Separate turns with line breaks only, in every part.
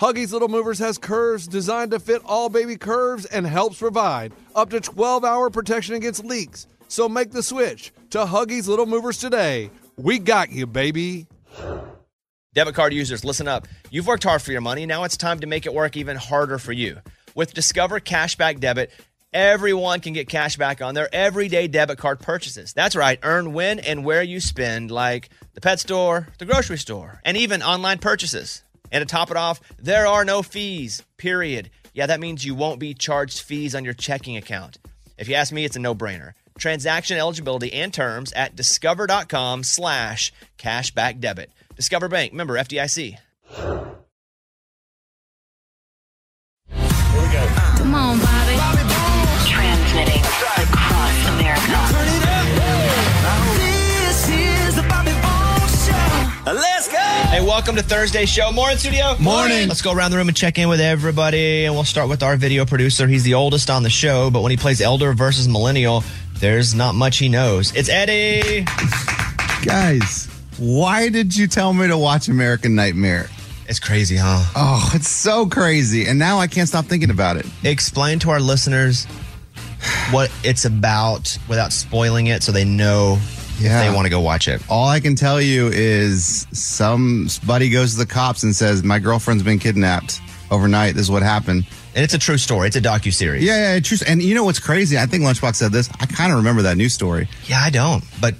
Huggies Little Movers has curves designed to fit all baby curves and helps provide up to 12 hour protection against leaks. So make the switch to Huggies Little Movers today. We got you, baby.
Debit card users, listen up. You've worked hard for your money. Now it's time to make it work even harder for you. With Discover Cashback Debit, everyone can get cash back on their everyday debit card purchases. That's right, earn when and where you spend, like the pet store, the grocery store, and even online purchases. And to top it off, there are no fees, period. Yeah, that means you won't be charged fees on your checking account. If you ask me, it's a no-brainer. Transaction eligibility and terms at discover.com slash cashback debit. Discover Bank, member FDIC.
Here we go.
Come on, Bobby.
Transmitting across America.
This is the Bobby Bones Show. Let's go.
Hey, welcome to Thursday's show. Morning, studio. Morning. Let's go around the room and check in with everybody. And we'll start with our video producer. He's the oldest on the show, but when he plays elder versus millennial, there's not much he knows. It's Eddie.
Guys, why did you tell me to watch American Nightmare?
It's crazy, huh?
Oh, it's so crazy. And now I can't stop thinking about it.
Explain to our listeners what it's about without spoiling it so they know
Yeah.
if they want to go watch it.
All I can tell you is somebody goes to the cops and says, My girlfriend's been kidnapped overnight. This is what happened.
And it's a true story. It's a docu-series.
Yeah, yeah, true. And you know what's crazy? I think Lunchbox said this. I kind of remember that news story.
Yeah, I don't. But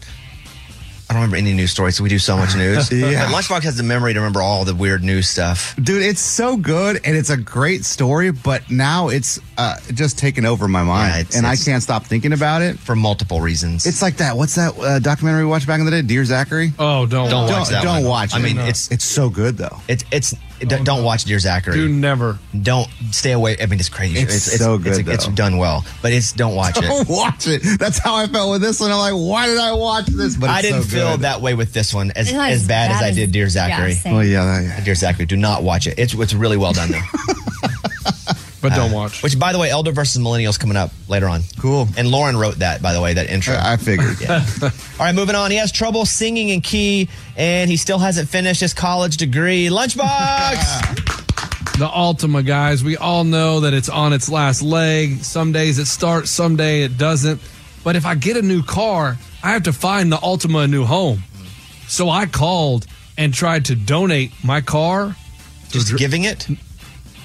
I don't remember any news stories. We do so much news.
Yeah.
But Lunchbox has the memory to remember all the weird news stuff.
Dude, it's so good and it's a great story, but now it's uh, just taken over my mind.
Yeah, it's-
and I
it's-
can't stop thinking about it.
For multiple reasons.
It's like that. What's that uh, documentary we watched back in the day? Dear Zachary?
Oh, don't,
don't watch
don't
that.
don't
one.
watch it.
I mean, it's
It's so good, though.
it's it's d- don't watch Dear Zachary.
Oh, do never.
Don't stay away. I mean, it's crazy.
It's so good,
It's, it's
though.
done well, but it's don't watch it.
don't watch it. That's how I felt with this one. I'm like, why did I watch this? But
I
it's
didn't
so
feel
good.
that way with this one as
It's not
as bad as I did Dear Zachary.
yeah, same.
Well, yeah, that, yeah.
Dear Zachary, do not watch it. It's it's really well done though. Uh,
But don't watch.
Which, by the way, Elder versus Millennials coming up later on.
Cool.
And Lauren wrote that, by the way, that intro.
I I figured.
All right, moving on. He has trouble singing in key, and he still hasn't finished his college degree. Lunchbox.
The Altima, guys, we all know that it's on its last leg. Some days it starts, some day it doesn't. But if I get a new car, I have to find the Altima a new home. So I called and tried to donate my car,
Just giving it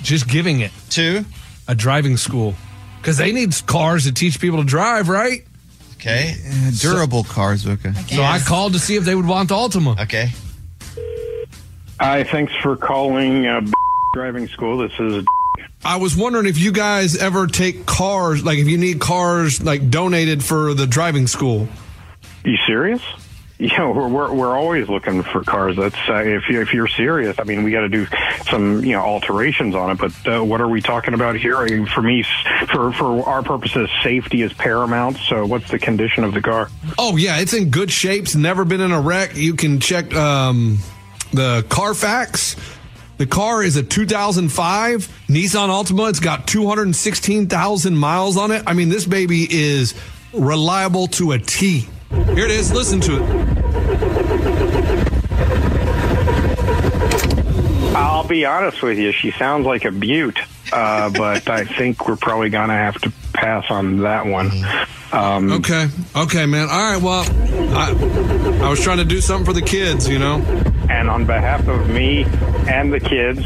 just giving it
to.
a driving school. Because they need cars to teach people to drive, right?
Okay.
Yeah, Durable cars, okay.
So I called to see if they would want the Altima.
Okay.
Hi, thanks for calling uh, driving school. This is
I was wondering if you guys ever take cars, like if you need cars like donated for the driving school.
you serious? Yeah, we're, we're we're always looking for cars. That's uh, if you if you're serious. I mean, we got to do some you know alterations on it. But uh, what are we talking about here? I mean, for me, s- for for our purposes, safety is paramount. So, what's the condition of the car?
Oh yeah, it's in good shapes. Never been in a wreck. You can check um, the Carfax. The car is a 2005 Nissan Altima. It's got 216,000 miles on it. I mean, this baby is reliable to a T. Here it is. Listen to it.
I'll be honest with you. She sounds like a butte. uh, but I think we're probably going to have to pass on that one. Um,
Okay. Okay, man. All right. Well, I, I was trying to do something for the kids, you know?
And on behalf of me and the kids,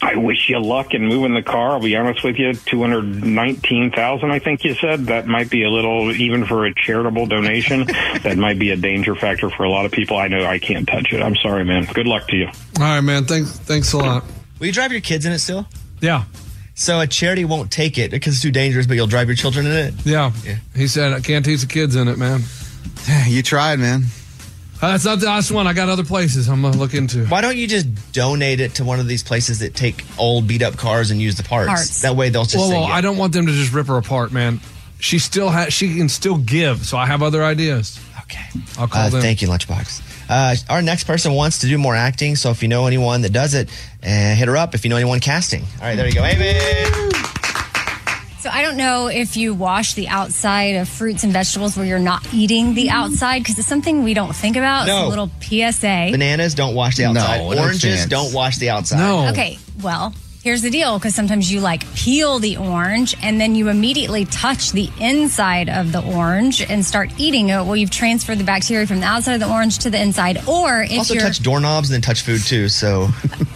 I wish you luck in moving the car. I'll be honest with you, two hundred nineteen thousand, I think you said. That might be a little, even for a charitable donation, that might be a danger factor for a lot of people. I know I can't touch it. I'm sorry, man. Good luck to you.
All right, man. Thanks. Thanks a lot.
Will you drive your kids in it still?
Yeah.
So a charity won't take it because it's too dangerous, but you'll drive your children in it.
Yeah. He said, I can't teach the kids in it, man.
You tried, man.
Uh, that's not the last one. I got other places I'm going to look into.
Why don't you just donate it to one of these places that take old beat up cars and use the parts?
Parts.
That way they'll just
Well,
say,
well,
yeah.
I don't want them to just rip her apart, man. She still has, she can still give, so I have other ideas.
Okay.
I'll call
uh,
them.
Thank you, Lunchbox. Uh, our next person wants to do more acting, so if you know anyone that does it, uh, hit her up. If you know anyone casting, all right, there you go, Amy.
So I don't know if you wash the outside of fruits and vegetables where you're not eating the outside because it's something we don't think about.
No.
It's a little PSA.
Bananas don't wash the outside.
No, no
Oranges
chance.
don't wash the outside.
No.
Okay, well, here's the deal because sometimes you like peel the orange and then you immediately touch the inside of the orange and start eating it. Well, you've transferred the bacteria from the outside of the orange to the inside. Or if
Also
you're
touch doorknobs and then touch food too. So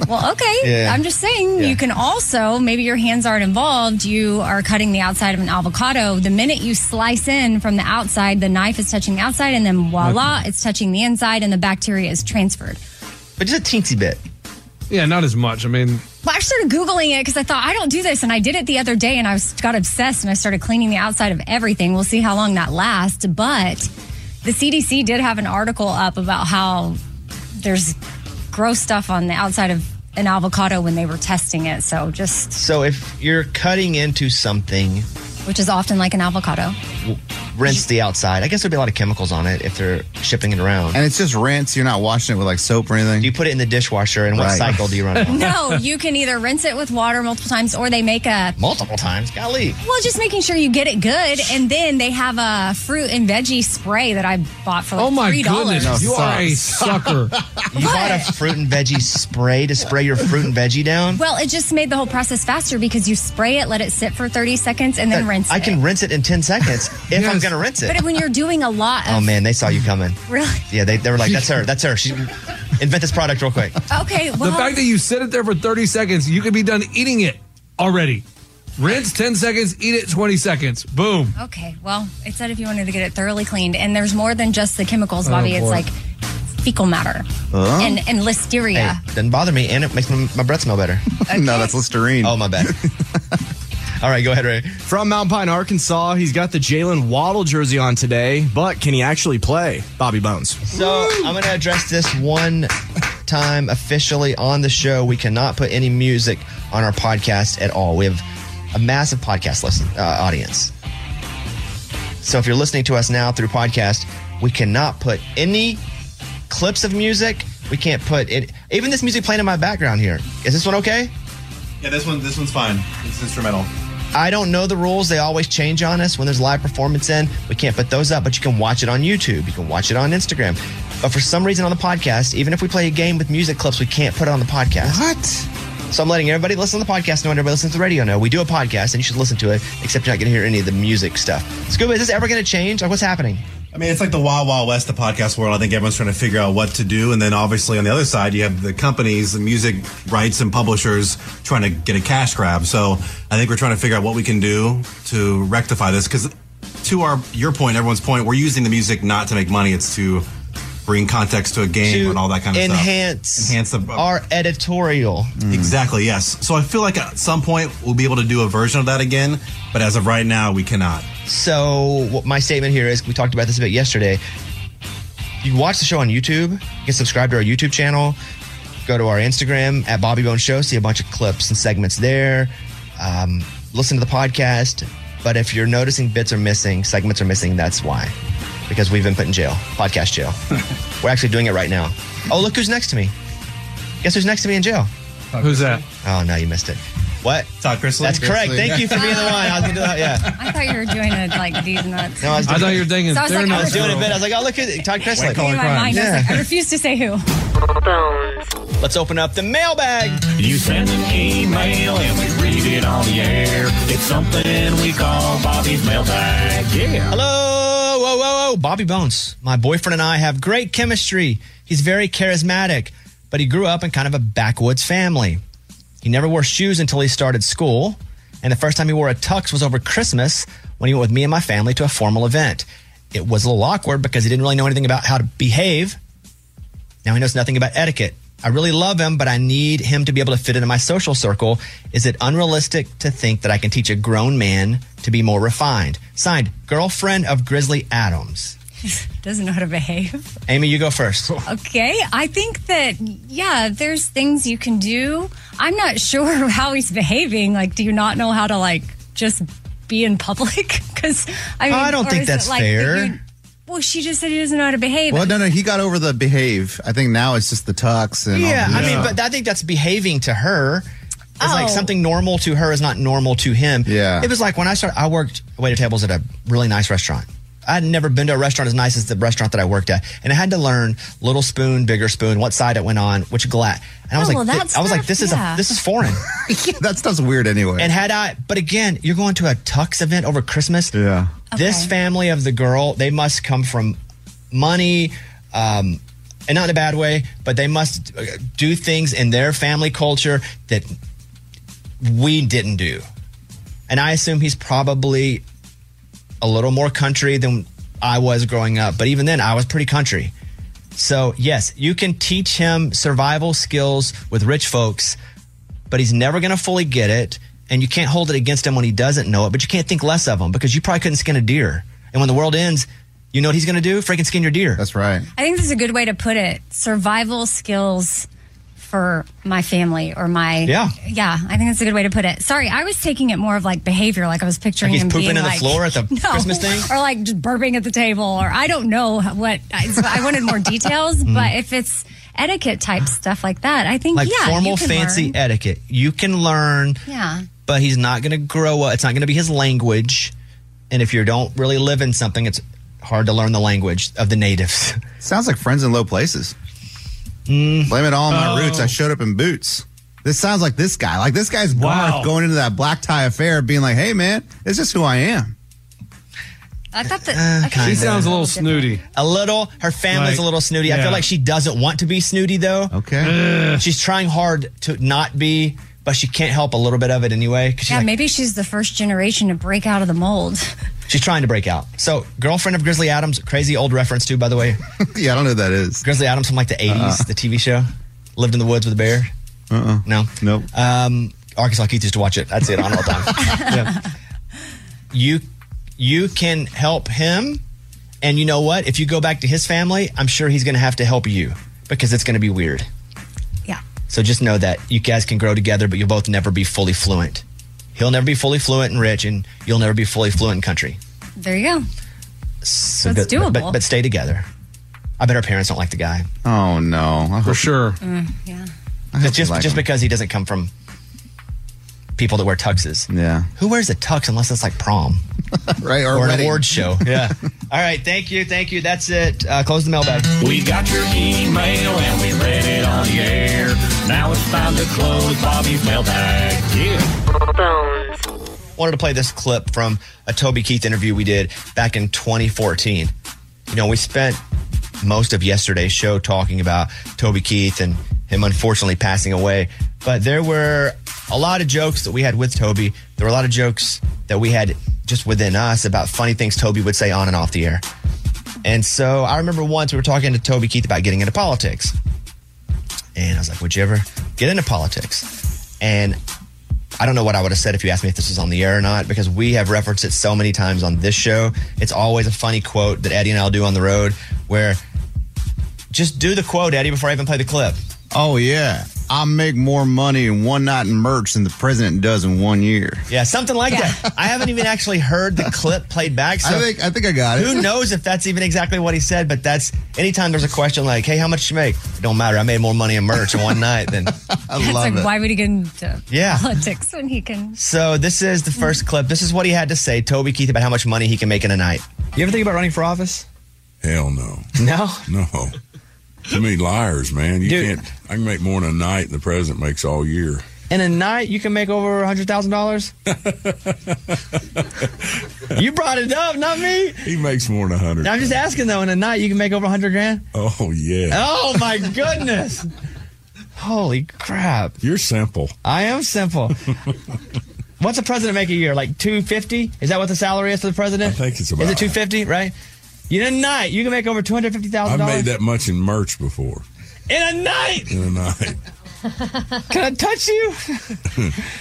well, okay,
Yeah.
I'm just saying
Yeah.
you can also maybe your hands aren't involved. You are cutting the outside of an avocado. The minute you slice in from the outside, the knife is touching the outside, and then voila, it's touching the inside, and the bacteria is transferred.
but just a teensy bit.
Yeah, not as much. I mean,
Well, I started Googling it because I thought, I don't do this. And I did it the other day and I was, got obsessed and I started cleaning the outside of everything. We'll see how long that lasts. But the CDC did have an article up about how there's gross stuff on the outside of an avocado when they were testing it. So just,
So if you're cutting into something,
which is often like an avocado.
rinse the outside. I guess there'd be a lot of chemicals on it if they're shipping it around.
And it's just rinse. You're not washing it with like soap or anything.
do you put it in the dishwasher, and what
Right.
cycle do you run it on?
No, you can either rinse it with water multiple times or they make a
Multiple times. Golly.
Well, just making sure you get it good, and then they have a fruit and veggie spray that I bought for like
oh my
three dollars.
goodness. you are a sucker.
You bought a fruit and veggie spray to spray your fruit and veggie down?
Well, it just made the whole process faster because you spray it, let it sit for 30 seconds, and then rinse
I
it.
can rinse it in 10 seconds if I'm
Yes.
going to rinse it.
But when you're doing a lot of.
Oh, man, they saw you coming.
Really?
Yeah, they, they were like, that's her. That's her. She invent this product real quick.
Okay,
The
well.
fact that you sit it there for 30 seconds, you could be done eating it already. Rinse 10 seconds, eat it 20 seconds. Boom.
okay, well, it said if you wanted to get it thoroughly cleaned, and there's more than just the chemicals, Bobby.
boy.
it's like fecal matter and, and listeria.
Oh. Hey, doesn't bother me, and it makes my, my breath smell better.
no, that's Listerine.
Oh, my bad. All right, go ahead, Ray.
From Mount Pine, Arkansas, he's got the Jalen Waddle jersey on today, but can he actually play? Bobby Bones.
So I'm going to address this one time officially on the show. We cannot put any music on our podcast at all. We have a massive podcast listen, uh, audience. So if you're listening to us now through podcast, we cannot put any clips of music. We can't put it. Even this music playing in my background here. Is this one okay?
Yeah, this one, this one's fine. It's instrumental.
I don't know the rules. They always change on us when there's live performance in. We can't put those up, but you can watch it on YouTube. You can watch it on Instagram. But for some reason on the podcast, even if we play a game with music clips, we can't put it on the podcast.
What?
So I'm letting everybody listen to the podcast know and everybody listen to the radio know. We do a podcast and you should listen to it, except you're not going to hear any of the music stuff. Scuba, is this ever going to change? Like, what's happening?
I mean, it's like the Wild Wild West, the podcast world. I think everyone's trying to figure out what to do. And then obviously on the other side, you have the companies, the music rights and publishers trying to get a cash grab. So I think we're trying to figure out what we can do to rectify this. Because to our your point, everyone's point, we're using the music not to make money. It's to bring context to a game and all that kind of stuff.
enhance,
Enhance the- uh,
our editorial.
Exactly, yes. So I feel like at some point we'll be able to do a version of that again. But as of right now, we cannot.
So, what my statement here is we talked about this a bit yesterday. You can watch the show on YouTube, you can subscribe to our YouTube channel, go to our Instagram at Bobby Bone Show, see a bunch of clips and segments there, um, listen to the podcast. But if you're noticing bits are missing, segments are missing, that's why. Because we've been put in jail, podcast jail. We're actually doing it right now. Oh, look who's next to me. Guess who's next to me in jail?
Who's that?
Oh, no, you missed it. What?
Todd Chrisley.
That's correct. Thank you for being the one. I was gonna do that. Yeah.
I thought you were doing it like these nuts.
No, I was
I
doing,
thought you were thinking
So I was like,
they're
I
I
not.
was doing a
strong.
bit. I was like, oh look at it, Todd Chrisley.
In my mind, I, was like, I refuse to say who.
Bones.
Let's open up the mailbag.
You send an email and we read it on the air. It's something we call Bobby's mailbag. Yeah.
Hello, whoa, whoa, whoa, Bobby Bones. My boyfriend and I have great chemistry. He's very charismatic, but he grew up in kind of a backwoods family. He never wore shoes until he started school, and the first time he wore a tux was over Christmas when he went with me and my family to a formal event. It was a little awkward because he didn't really know anything about how to behave. Now he knows nothing about etiquette. I really love him, but I need him to be able to fit into my social circle. Is it unrealistic to think that I can teach a grown man to be more refined? Signed, girlfriend of Grizzly Adams.
Doesn't know how to behave.
Amy, you go first.
Okay. I think that, yeah, there's things you can do. I'm not sure how he's behaving. Like, do you not know how to, like, just be in public? Because, I mean,
I don't
or
think
is it
that's
like that
fair.
you- well, she just said he doesn't know how to behave.
Well, no, no, he got over the behave. I think now it's just the tux and all
Yeah,
the-
I mean, but I think that's behaving to her. It's like
Oh.
something normal to her is not normal to him.
Yeah.
It was like when I started, I worked waiter tables at a really nice restaurant. I had never been to a restaurant as nice as the restaurant that I worked at, and I had to learn little spoon, bigger spoon, what side it went on, which glass. And I
Oh,
was like,
well,
thi-
that's
I was like,
not-
this is
yeah.
a, this is foreign.
that stuff's weird anyway.
and had I, but again, you're going to a tux event over Christmas.
yeah.
This
Okay.
family of the girl, they must come from money, um, and not in a bad way, but they must uh, do things in their family culture that we didn't do. And I assume he's probably a little more country than I was growing up. But even then, I was pretty country. So, yes, you can teach him survival skills with rich folks, but he's never going to fully get it. And you can't hold it against him when he doesn't know it, but you can't think less of him because you probably couldn't skin a deer. And when the world ends, you know what he's going to do? Freaking skin your deer.
That's right.
I think this is a good way to put it. Survival skills for my family or my
Yeah.
yeah. I think that's a good way to put it. Sorry, I was taking it more of like behavior, like I was picturing
Like he's
him
pooping
being
on the
like-
floor at the
no,
Christmas thing?
or like just burping at the table, or I don't know what. I, so I wanted more details, but if it's etiquette type stuff like that, I think
Hmm. like
yeah, you
formal
can
fancy
learn.
etiquette. You can learn.
Yeah.
But he's not going to grow up. It's not going to be his language. And if you don't really live in something, it's hard to learn the language of the natives.
Sounds like friends in low places. Blame it all on
Oh.
my roots. I showed up in boots. This sounds like this guy. Like this guy's
Wow.
garth going into that black tie affair, being like, "Hey, man, it's just who I am."
I thought that I thought
He
that
sounds a little
was different.
snooty.
Uh, a little. Her family's
Like,
a little snooty. I
yeah.
feel like she doesn't want to be snooty though.
Okay.
She's trying hard to not be, but she can't help a little bit of it anyway. 'cause she's
Yeah,
like,
maybe she's the first generation to break out of the mold.
she's trying to break out. So, girlfriend of Grizzly Adams, crazy old reference too, by the way.
yeah, I don't know who that is. Uh.
Grizzly Adams from like the 80s, the TV show. Lived in the woods with a bear. Uh-uh. No.
Nope.
Um, Arkansas Keith used to watch it. That's it on all the time. You you can help him, and you know what? If you go back to his family, I'm sure he's going to have to help you because it's going to be weird.
Yeah.
So just know that you guys can grow together, but you'll both never be fully fluent. He'll never be fully fluent and rich, and you'll never be fully fluent in country.
There you go.
So
That's
but- But,
doable.
but stay together. I bet her parents don't like the guy.
Oh no, I
For
hope-
sure.
Mm, Yeah.
I hope
Just
you
just,
like
just
him.
because he doesn't come from people that wear tuxes.
Yeah.
Who wears a tux unless it's like prom
Right. Or,
or an
wedding.
award show? Yeah. All right. Thank you. Thank you. That's it. Uh, close the mailbag.
We got your email and we read it on the air. Now it's time to close Bobby's mailbag. Yeah.
Bones.
Wanted to play this clip from a Toby Keith interview we did back in 2014. You know, we spent most of yesterday's show talking about Toby Keith and him unfortunately passing away. But there were a lot of jokes that we had with Toby. There were a lot of jokes that we had just within us about funny things Toby would say on and off the air. And so I remember once we were talking to Toby Keith about getting into politics. And I was like, would you ever get into politics? And I don't know what I would have said if you asked me if this was on the air or not, because we have referenced it so many times on this show. It's always a funny quote that Eddie and I'll do on the road where just do the quote, Eddie, before I even play the clip.
Oh yeah. I make more money in one night in merch than the president does in one year.
Yeah, something like that. I haven't even actually heard the clip played back. So
I think I think I got it.
who knows if that's even exactly what he said? But that's anytime there's a question like, "Hey, how much did you make?" It don't matter. I made more money in merch in one night than.
That's like, why would he get into
Yeah.
politics when he can?
So this is the first clip. This is what he had to say, Toby Keith, about how much money he can make in a night. You ever think about running for office?
Hell no.
No.
No. Too many liars, man. You
Dude.
can't. I can make more in a night than the president makes all year.
In a night, you can make over hundred thousand dollars. You brought it up, not me.
He makes more than a hundred.
I'm just asking though. In a night, you can make over hundred grand.
Oh yeah.
Oh my goodness! Holy crap!
You're simple.
I am simple. What's a president make a year? Like two fifty? Is that what the salary is for the president? I think
it's about
Is it two fifty? Right? In a night, you can make over two hundred fifty
I
thousand
made
dollars.
that much in merch before
In a night,
in a night.
can I touch you?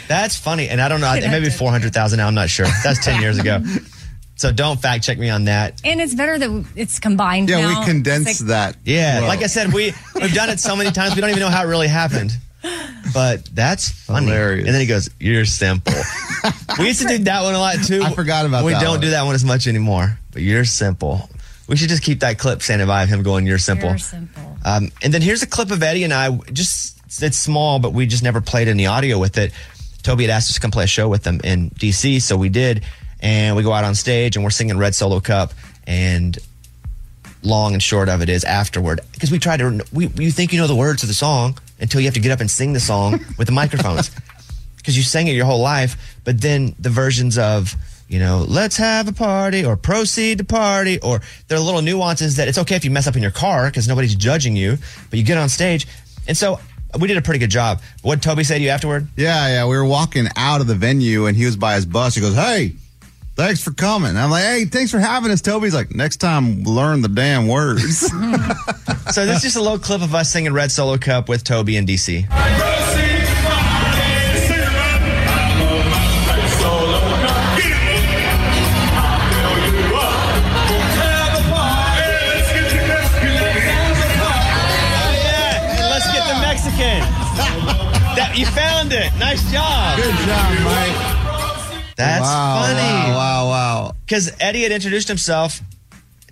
That's funny, and I don't know. I think Maybe four hundred thousand. I'm not sure. That's ten years ago. So don't fact check me on that.
And it's better that it's combined.
Yeah, we
now.
condensed
It's
that.
Yeah,
Whoa.
like I said, we we've done it so many times. We don't even know how it really happened. But that's funny. And then he goes, "You're simple." we used to do that one a lot too. I forgot
about
we
that
don't
one.
do that one as much anymore. But you're simple. We should just keep that clip standing by of him going, "You're simple."
You're simple.
Um, and then here's a clip of Eddie and I. Just it's small, but we just never played any audio with it. Toby had asked us to come play a show with them in DC, so we did. And we go out on stage and we're singing Red Solo Cup. And long and short of it is afterward, because we tried to. We you think you know the words of the song until you have to get up and sing the song with the microphones, because you sang it your whole life. But then the versions of you know, let's have a party or proceed to party, or there are little nuances that it's okay if you mess up in your car because nobody's judging you, but you get on stage. And so we did a pretty good job. What Toby say to you afterward?
Yeah, yeah. We were walking out of the venue and he was by his bus. He goes, Hey, thanks for coming. I'm like, Hey, thanks for having us, Toby. He's like, Next time, learn the damn words.
so this is just a little clip of us singing Red Solo Cup with Toby in DC. Let's get the Mexican. that, you found it. Nice job. Good
job, Mike.
That's
Wow,
funny.
Wow, wow, wow.
Because Eddie had introduced himself.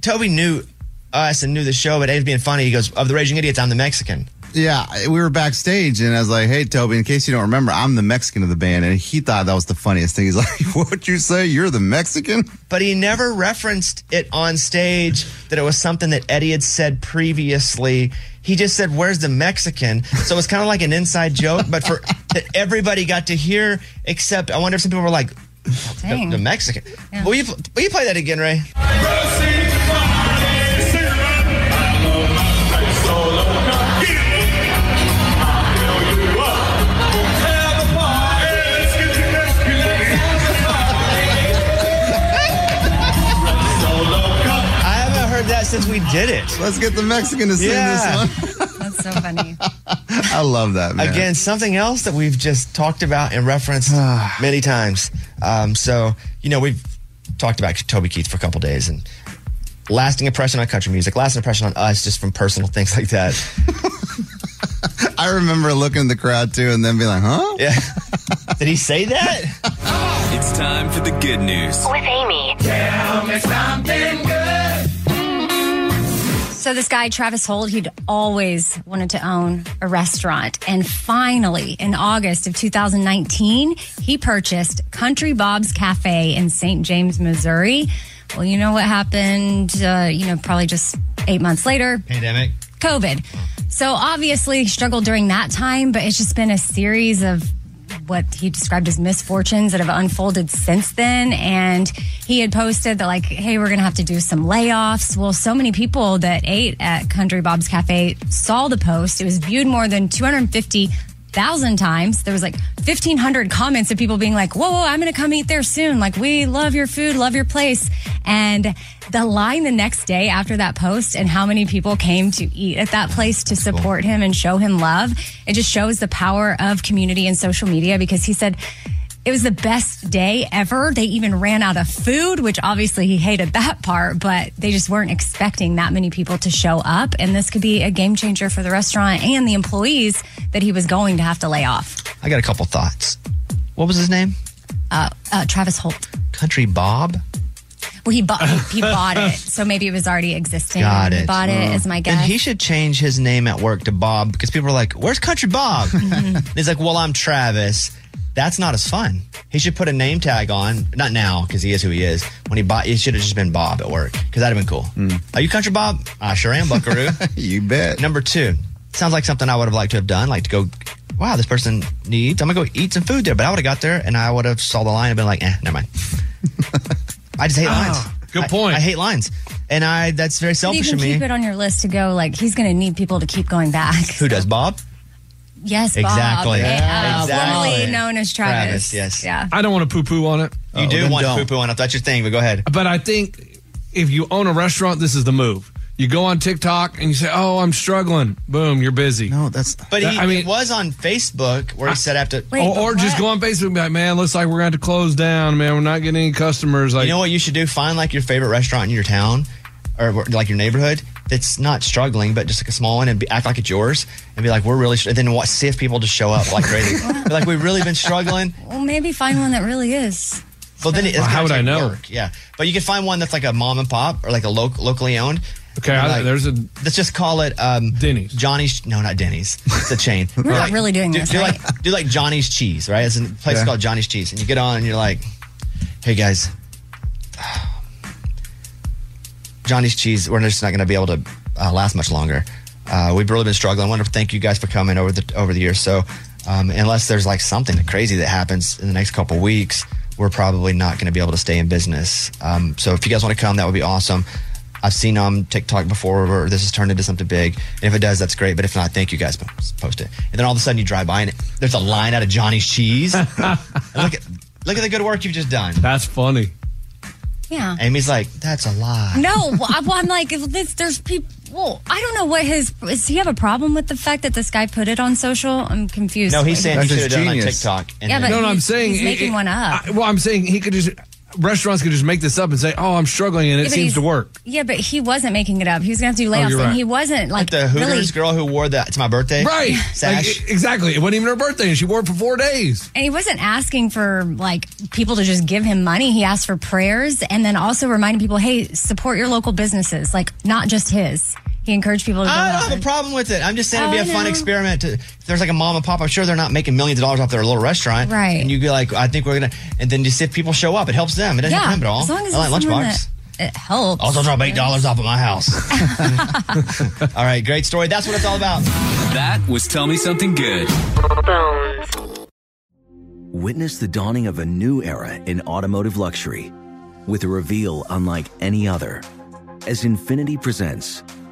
Toby knew us and knew the show, but Eddie's being funny. He goes, "Of the Raging Idiots, I'm the Mexican."
Yeah, we were backstage, and I was like, "Hey, Toby, in case you don't remember, I'm the Mexican of the band." And he thought that was the funniest thing. He's like, "What you say? You're the Mexican?"
But he never referenced it on stage that it was something that Eddie had said previously. He just said, "Where's the Mexican?" So it's kind of like an inside joke, but for that everybody got to hear. Except, I wonder if some people were like, "The,
Dang.
the Mexican." Will you will you play that again, Ray? I haven't heard that since we did it.
Let's get the Mexican to sing this one.
That's so funny.
I love that man.
Again, something else that we've just talked about and referenced
Ah.
many times. Um, so, you know, we've talked about Toby Keith for a couple days and lasting impression on country music, lasting impression on us just from personal things like that.
I remember looking at the crowd too, and then being like, "Huh?"
Yeah. Did he say that?
It's time for the good news.
With Amy. Tell me something good.
So this guy, Travis Holt, he'd always wanted to own a restaurant. And finally, in August of 2019, he purchased Country Bob's Cafe in St. James, Missouri. Well, you know what happened, uh, you know, probably just eight months later?
Pandemic.
COVID. So obviously he struggled during that time, but it's just been a series of what he described as misfortunes that have unfolded since then. And he had posted that like, hey, we're gonna have to do some layoffs. Well, so many people that ate at Country Bob's Cafe saw the post. It was viewed more than 250 thousand times. There was like fifteen hundred comments of people being like, "Whoa, whoa, I'm gonna come eat there soon. Like, we love your food, love your place." And the line the next day after that post, and how many people came to eat at that place to support him and show him love. It just shows the power of community and social media because he said It was the best day ever. They even ran out of food, which obviously he hated that part, but they just weren't expecting that many people to show up. And this could be a game changer for the restaurant and the employees that he was going to have to lay off.
I got a couple thoughts. What was his name?
Uh, uh, Travis Holt.
Country Bob.
Well, he bought he bought it, so maybe it was already existing.
Got
He
it.
bought it, is my guess.
And he should change his name at work to Bob because people are like, "Where's Country Bob?"
Mm-hmm.
and he's like, "Well, I'm Travis." That's not as fun. He should put a name tag on. Not now because he is who he is. When he bought, it should have just been Bob at work because that'd have been cool. Are you Country Bob? I sure am, Buckaroo.
you bet.
Number two, sounds like something I would have liked to have done. Like to go. Wow, this person needs. I'm gonna go eat some food there. But I would have got there and I would have saw the line and been like, "Eh, never mind." I just hate lines. Good point. I, hate lines, and I that's very
But you
selfish
can
of me.
keep it on your list to go. Like he's going to need people to keep going back.
Who does Bob?
Yes, Bob.
Exactly.
Yeah,
Exactly.
Formerly known as Travis.
Travis, yes. Oh,
Yeah.
I don't want to poo poo on it.
You
Oh,
do want to poo poo on it. That's your thing, but go ahead.
But I think if you own a restaurant, this is the move. You go on TikTok and you say, "Oh, I'm struggling." Boom, you're busy. No,
that's.
But he, it was on Facebook where he said after.
or or just go on Facebook and be like, "Man, looks like we're going to close down. Man, we're not getting any customers." Like,
you know what you should do? Find like your favorite restaurant in your town or wh- like your neighborhood that's not struggling, but just like a small one, and be, act like it's yours, and be like, "We're really." Str-, and then what, see if people just show up like crazy. Be like we've really been struggling.
Well, maybe find one that really is.
Well, then it, it's
Well, how
gonna
would I
take
know?
Work. Yeah, but you can find one that's like a mom and pop or like a lo- locally owned.
Okay, I- there's a.
Let's just call it um, Denny's. Johnny's. No, not Denny's. It's a chain.
We're
Or
not really doing
do,
this,
Do
right?
like do like Johnny's Cheese, right? It's a place
Yeah.
called Johnny's Cheese, and you get on and you're like, "Hey guys, Johnny's Cheese. We're just not going to be able to uh, last much longer. Uh, we've really been struggling. I want to thank you guys for coming over the over the years. So, um, unless there's like something crazy that happens in the next couple weeks, we're probably not going to be able to stay in business. Um, so, if you guys want to come, that would be awesome. I've seen on TikTok before where this has turned into something big. And if it does, that's great. But if not, thank you guys. P- Post it. And then all of a sudden you drive by and there's a line out of Johnny's cheese. And look at look at the good work you've just done.
That's funny.
Yeah.
Amy's like, that's a lie.
No, well, I- well, I'm like, if this, there's people. Well, I don't know what his. Does he have a problem with the fact that this guy put it on social? I'm confused.
No, he's saying he should have done it on TikTok. and
Yeah,
then-
but
no, no, I'm
he's-
saying
he's making one up.
I- well, I'm saying he could just restaurants could just make this up and say, "Oh, I'm struggling," and
Yeah,
it
but
seems
he's-
to work.
Yeah, but he wasn't making it up. He was going to have to do
Oh,
layoffs,
you're
and
right.
he wasn't like,
the Hooters
really.
girl who wore that. It's my birthday.
Right.
Sash.
Like, e- exactly. It wasn't even her birthday, and she wore it for four days.
And he wasn't asking for like people to just give him money. He asked for prayers and then also reminding people, hey, support your local businesses, like not just his. He encouraged people to go
I
out
don't have a
and-
problem with it. I'm just saying it'd
I
be a fun
know.
experiment. To, if there's like a mom and pop, I'm sure they're not making millions of dollars off their little restaurant.
Right.
And you'd be like, I think we're going to, and then just if people show up, it helps them. It doesn't
yeah,
help them at all.
As long as
I like
it's someone
Lunchbox.
that it helps.
Also drop $8 off at my house. all right, great story. That's what it's all about.
That was Tell Me Something Good.
Witness the dawning of a new era in automotive luxury with a reveal unlike any other as Infinity presents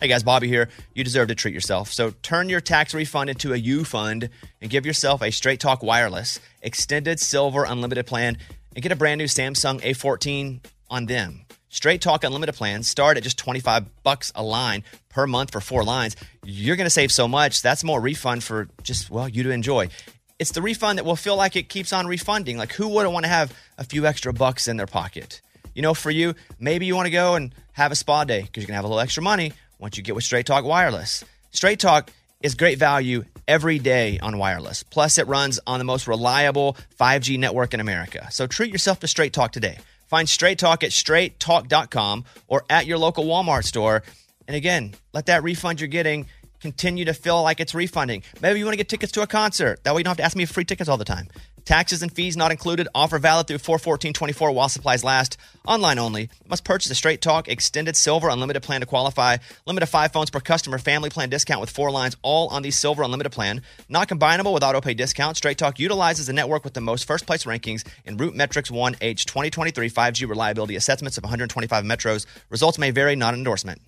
Hey guys, Bobby here. You deserve to treat yourself. So turn your tax refund into a U fund and give yourself a Straight Talk Wireless Extended Silver Unlimited plan and get a brand new Samsung A14 on them. Straight Talk Unlimited plans start at just 25 bucks a line per month for four lines. You're going to save so much. That's more refund for just, well, you to enjoy. It's the refund that will feel like it keeps on refunding. Like who wouldn't want to have a few extra bucks in their pocket? You know, for you, maybe you want to go and have a spa day because you're going to have a little extra money once you get with Straight Talk Wireless. Straight Talk is great value every day on wireless. Plus, it runs on the most reliable 5G network in America. So treat yourself to Straight Talk today. Find Straight Talk at straighttalk.com or at your local Walmart store. And again, let that refund you're getting continue to feel like it's refunding. Maybe you want to get tickets to a concert. That way you don't have to ask me for free tickets all the time. Taxes and fees not included. Offer valid through 41424 while supplies last. Online only. Must purchase a Straight Talk Extended Silver Unlimited plan to qualify. Limit of five phones per customer. Family plan discount with four lines all on the Silver Unlimited plan. Not combinable with auto pay discount. Straight Talk utilizes the network with the most first place rankings in Root Metrics 1H 2023 5G reliability assessments of 125 metros. Results may vary, not an endorsement.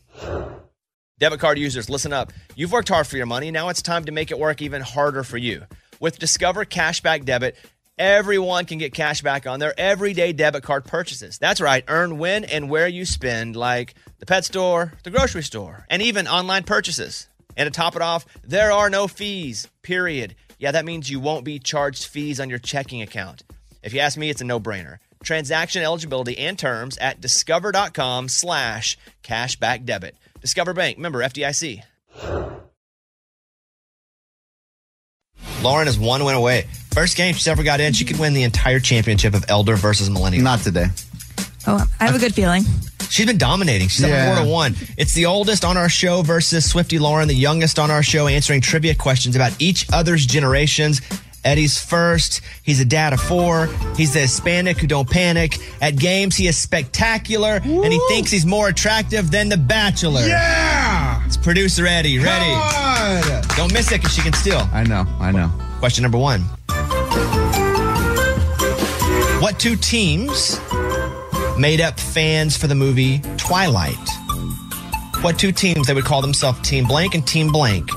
Debit card users, listen up. You've worked hard for your money. Now it's time to make it work even harder for you. With Discover Cashback Debit, everyone can get cash back on their everyday debit card purchases. That's right, earn when and where you spend, like the pet store, the grocery store, and even online purchases. And to top it off, there are no fees, period. Yeah, that means you won't be charged fees on your checking account. If you ask me, it's a no-brainer. Transaction eligibility and terms at discover.com slash cashback debit. Discover Bank, member FDIC. Lauren is one win away. First game she's ever got in, she could win the entire championship of Elder versus Millennial. Not today.
Oh, I have a good feeling.
She's been dominating. She's
Yeah.
up four to one. It's the oldest on our show versus Swifty Lauren, the youngest on our show, answering trivia questions about each other's generations. Eddie's first. He's a dad of four. He's the Hispanic who don't panic. At games, he is spectacular, and he thinks he's more attractive than The Bachelor. Yeah! It's producer Eddie. Ready? Don't miss it because she can steal. I know. I know. Question number one. What two teams made up fans for the movie Twilight? What two teams they would call themselves Team Blank and Team Blank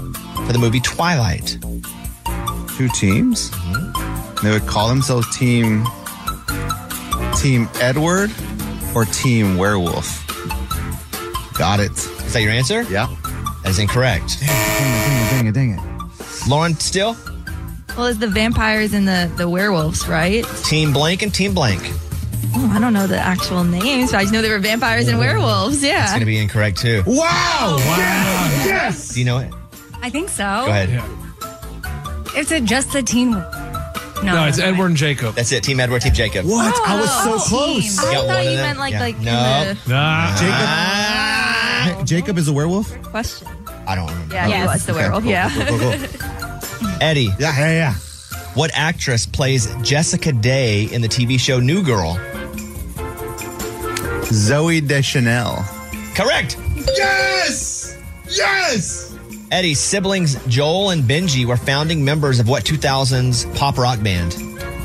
for the movie Twilight?
Two teams. They would call themselves Team Team Edward or Team Werewolf. Got it. Is
that your answer?
Yeah.
That is incorrect.
Dang it! Dang it! Dang it! Dang it!
Lauren Still?
Well, it's the vampires and the, the werewolves, right?
Team Blank and Team Blank.
Oh, I don't know the actual names, but I just know they were vampires and werewolves. Yeah.
It's going to be incorrect too. Wow! Wow!
Uh-huh. Yes!
Do you know it?
I think so.
Go ahead.
Is it just the teen? No,
No, it's
Edward and Jacob.
That's it. Team Edward, Team Jacob.
What? I was so Oh, close. team. I
got
thought
one of
you
them.
meant, like- like in
no.
Jacob. Jacob is a werewolf.
Question.
Ah. I don't remember.
Yeah, he was the werewolf. yeah.
Eddie. Yeah, yeah, yeah. What actress plays Jessica Day in the TV show New Girl?
Zoe Deschanel.
Correct. Yes! Yes! Eddie's siblings Joel and Benji were founding members of what 2000s pop rock band?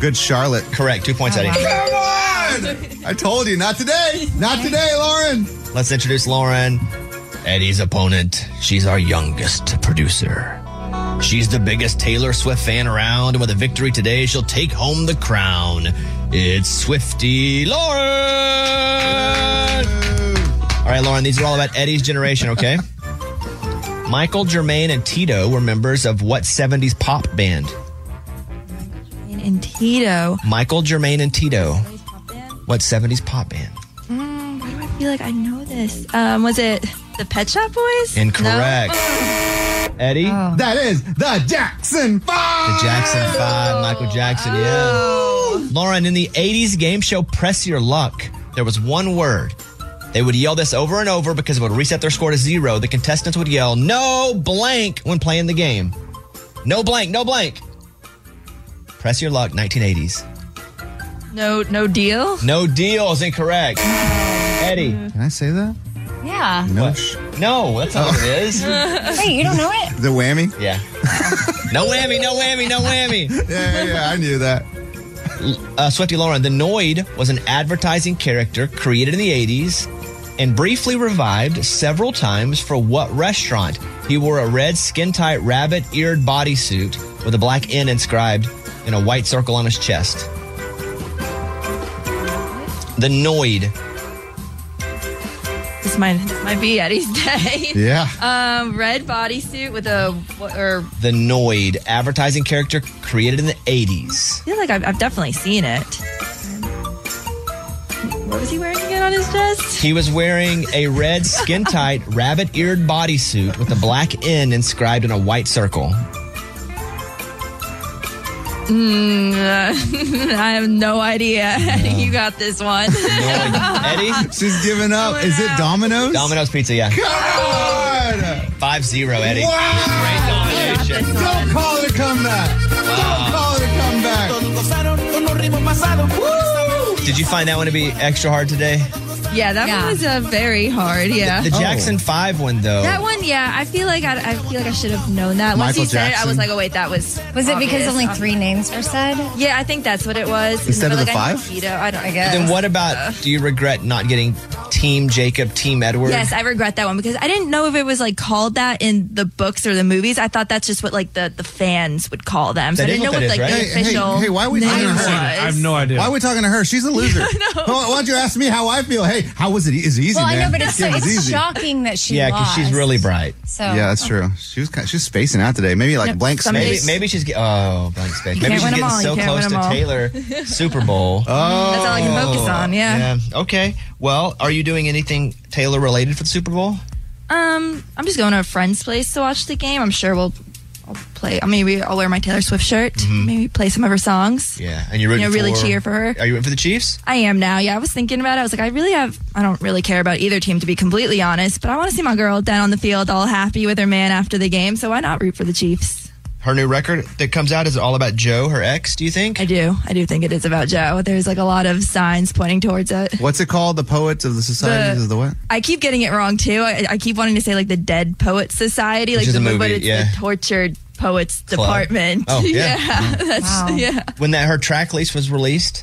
Good Charlotte. Correct. Two
Oh,
points, Eddie.
Come on! I told you, not today. Not today, Lauren.
Let's introduce Lauren, Eddie's opponent. She's our youngest producer. She's the biggest Taylor Swift fan around, and with a victory today, she'll take home the crown. It's Swifty Lauren! All right, Lauren, these are all about Eddie's generation, okay? Michael, Jermaine, and Tito were members of what 70s pop band?
And, and Tito.
Michael, Jermaine, and Tito. What 70s pop band?
Mm, why do I feel like I know this? Um, was it the Pet Shop Boys?
Incorrect. Eddie?
That is the Jackson Five.
The Jackson Five, Michael Jackson, yeah. Lauren, in the 80s game show Press Your Luck, there was one word. They would yell this over and over because it would reset their score to zero. The contestants would yell, no blank, when playing the game. No blank, no blank. Press Your Luck, 1980s.
No, no deal.
No deal is incorrect. Eddie.
Can I say that?
Uh-huh.
Yeah.
No.
No, that's not what it is.
Wait, you don't know it?
The whammy?
Yeah. No whammy, no whammy, no whammy.
yeah, yeah, I knew that.
Uh, Swifty Lauren, the Noid was an advertising character created in the 80s and briefly revived several times for what restaurant? He wore a red skin tight rabbit eared bodysuit with a black N inscribed in a white circle on his chest. The Noid.
This might this might be Eddie's day.
Yeah.
Um, red bodysuit with a wh- or
The Noid, advertising character created in the 80s.
I feel like I've, I've definitely seen it. What was he wearing again on his chest?
He was wearing a red skin tight rabbit eared bodysuit with a black N inscribed in a white circle.
Mm, uh, I have no idea. you got this one.
Eddie?
She's giving up. Is it Domino's?
Domino's Pizza, yeah. Five zero, Eddie. Great domination.
Don't call it a comeback. Don't call it a comeback.
Did you find that one to be extra hard today?
Yeah, that one was uh, very hard. Yeah. Oh.
The Jackson Five one though.
That one, yeah. I feel like I, I feel like I should have known that. Once
Michael
he said it, I
Jackson.
was like, oh wait, that was.
Was it because
obvious.
only three names were said?
Yeah, I think that's what it was.
Instead of
But,
the
like, I knew
five?
Keto, I don't. I guess.
Then what
uh,
about? Do you regret not getting Team Jacob, Team Edward?
Yes, I regret that one because I didn't know if it was like called that in the books or the movies. I thought that's just what like the, the fans would call them. So I
That
didn't know
is
what
what
like
that is,
the
right? Hey, hey,
official.
hey, why are we
name
talking to her?
was.
I have no idea. Why are we talking to her? She's a loser. why, why don't you ask me how I feel? Hey, how was it? It's easy.
well, I know,
man.
but it's,
Yeah,
it's,
easy.
shocking that she
Yeah, 'cause
lost.
she's
Really bright.
So
Yeah, that's true. She was kind she's spacing out today. Maybe like
Yep,
blank
some
space.
days-
Maybe, maybe she's get, oh blank space.
You
Maybe
can't
she's
win 'em
getting
all, you
so
can't
close
win
to
'em all.
Taylor Super Bowl. Oh,
That's all I can focus on, yeah.
Okay. Well, are you doing anything Taylor related for the Super Bowl?
Um, I'm just going to a friend's place to watch the game. I'm sure we'll I'll play. I maybe I'll wear my Taylor Swift shirt.
Mm-hmm.
Mhm.
Maybe play some of her songs.
Yeah. And you're rooting
You know, really
for,
cheer for her.
Are you rooting for the Chiefs?
I am now. Yeah, I was thinking about it. I was like, I really have. I don't really care about either team to be completely honest, but I want to see my girl down on the field, all happy with her man after the game. So why not root for the Chiefs?
Her new record that comes out is all about Joe, her ex. Do you think?
I do. I do think it is about Joe. There's like a lot of signs pointing towards it.
What's it called? The Poets of the Societies
The-
of the what?
I keep getting it wrong too. I, I keep wanting to say like the Dead Poets Society,
Which
like
is a
the
movie,
but it's
yeah.
the Tortured Poets
Club.
Department.
Oh, yeah.
that's yeah,
When that her track list was released,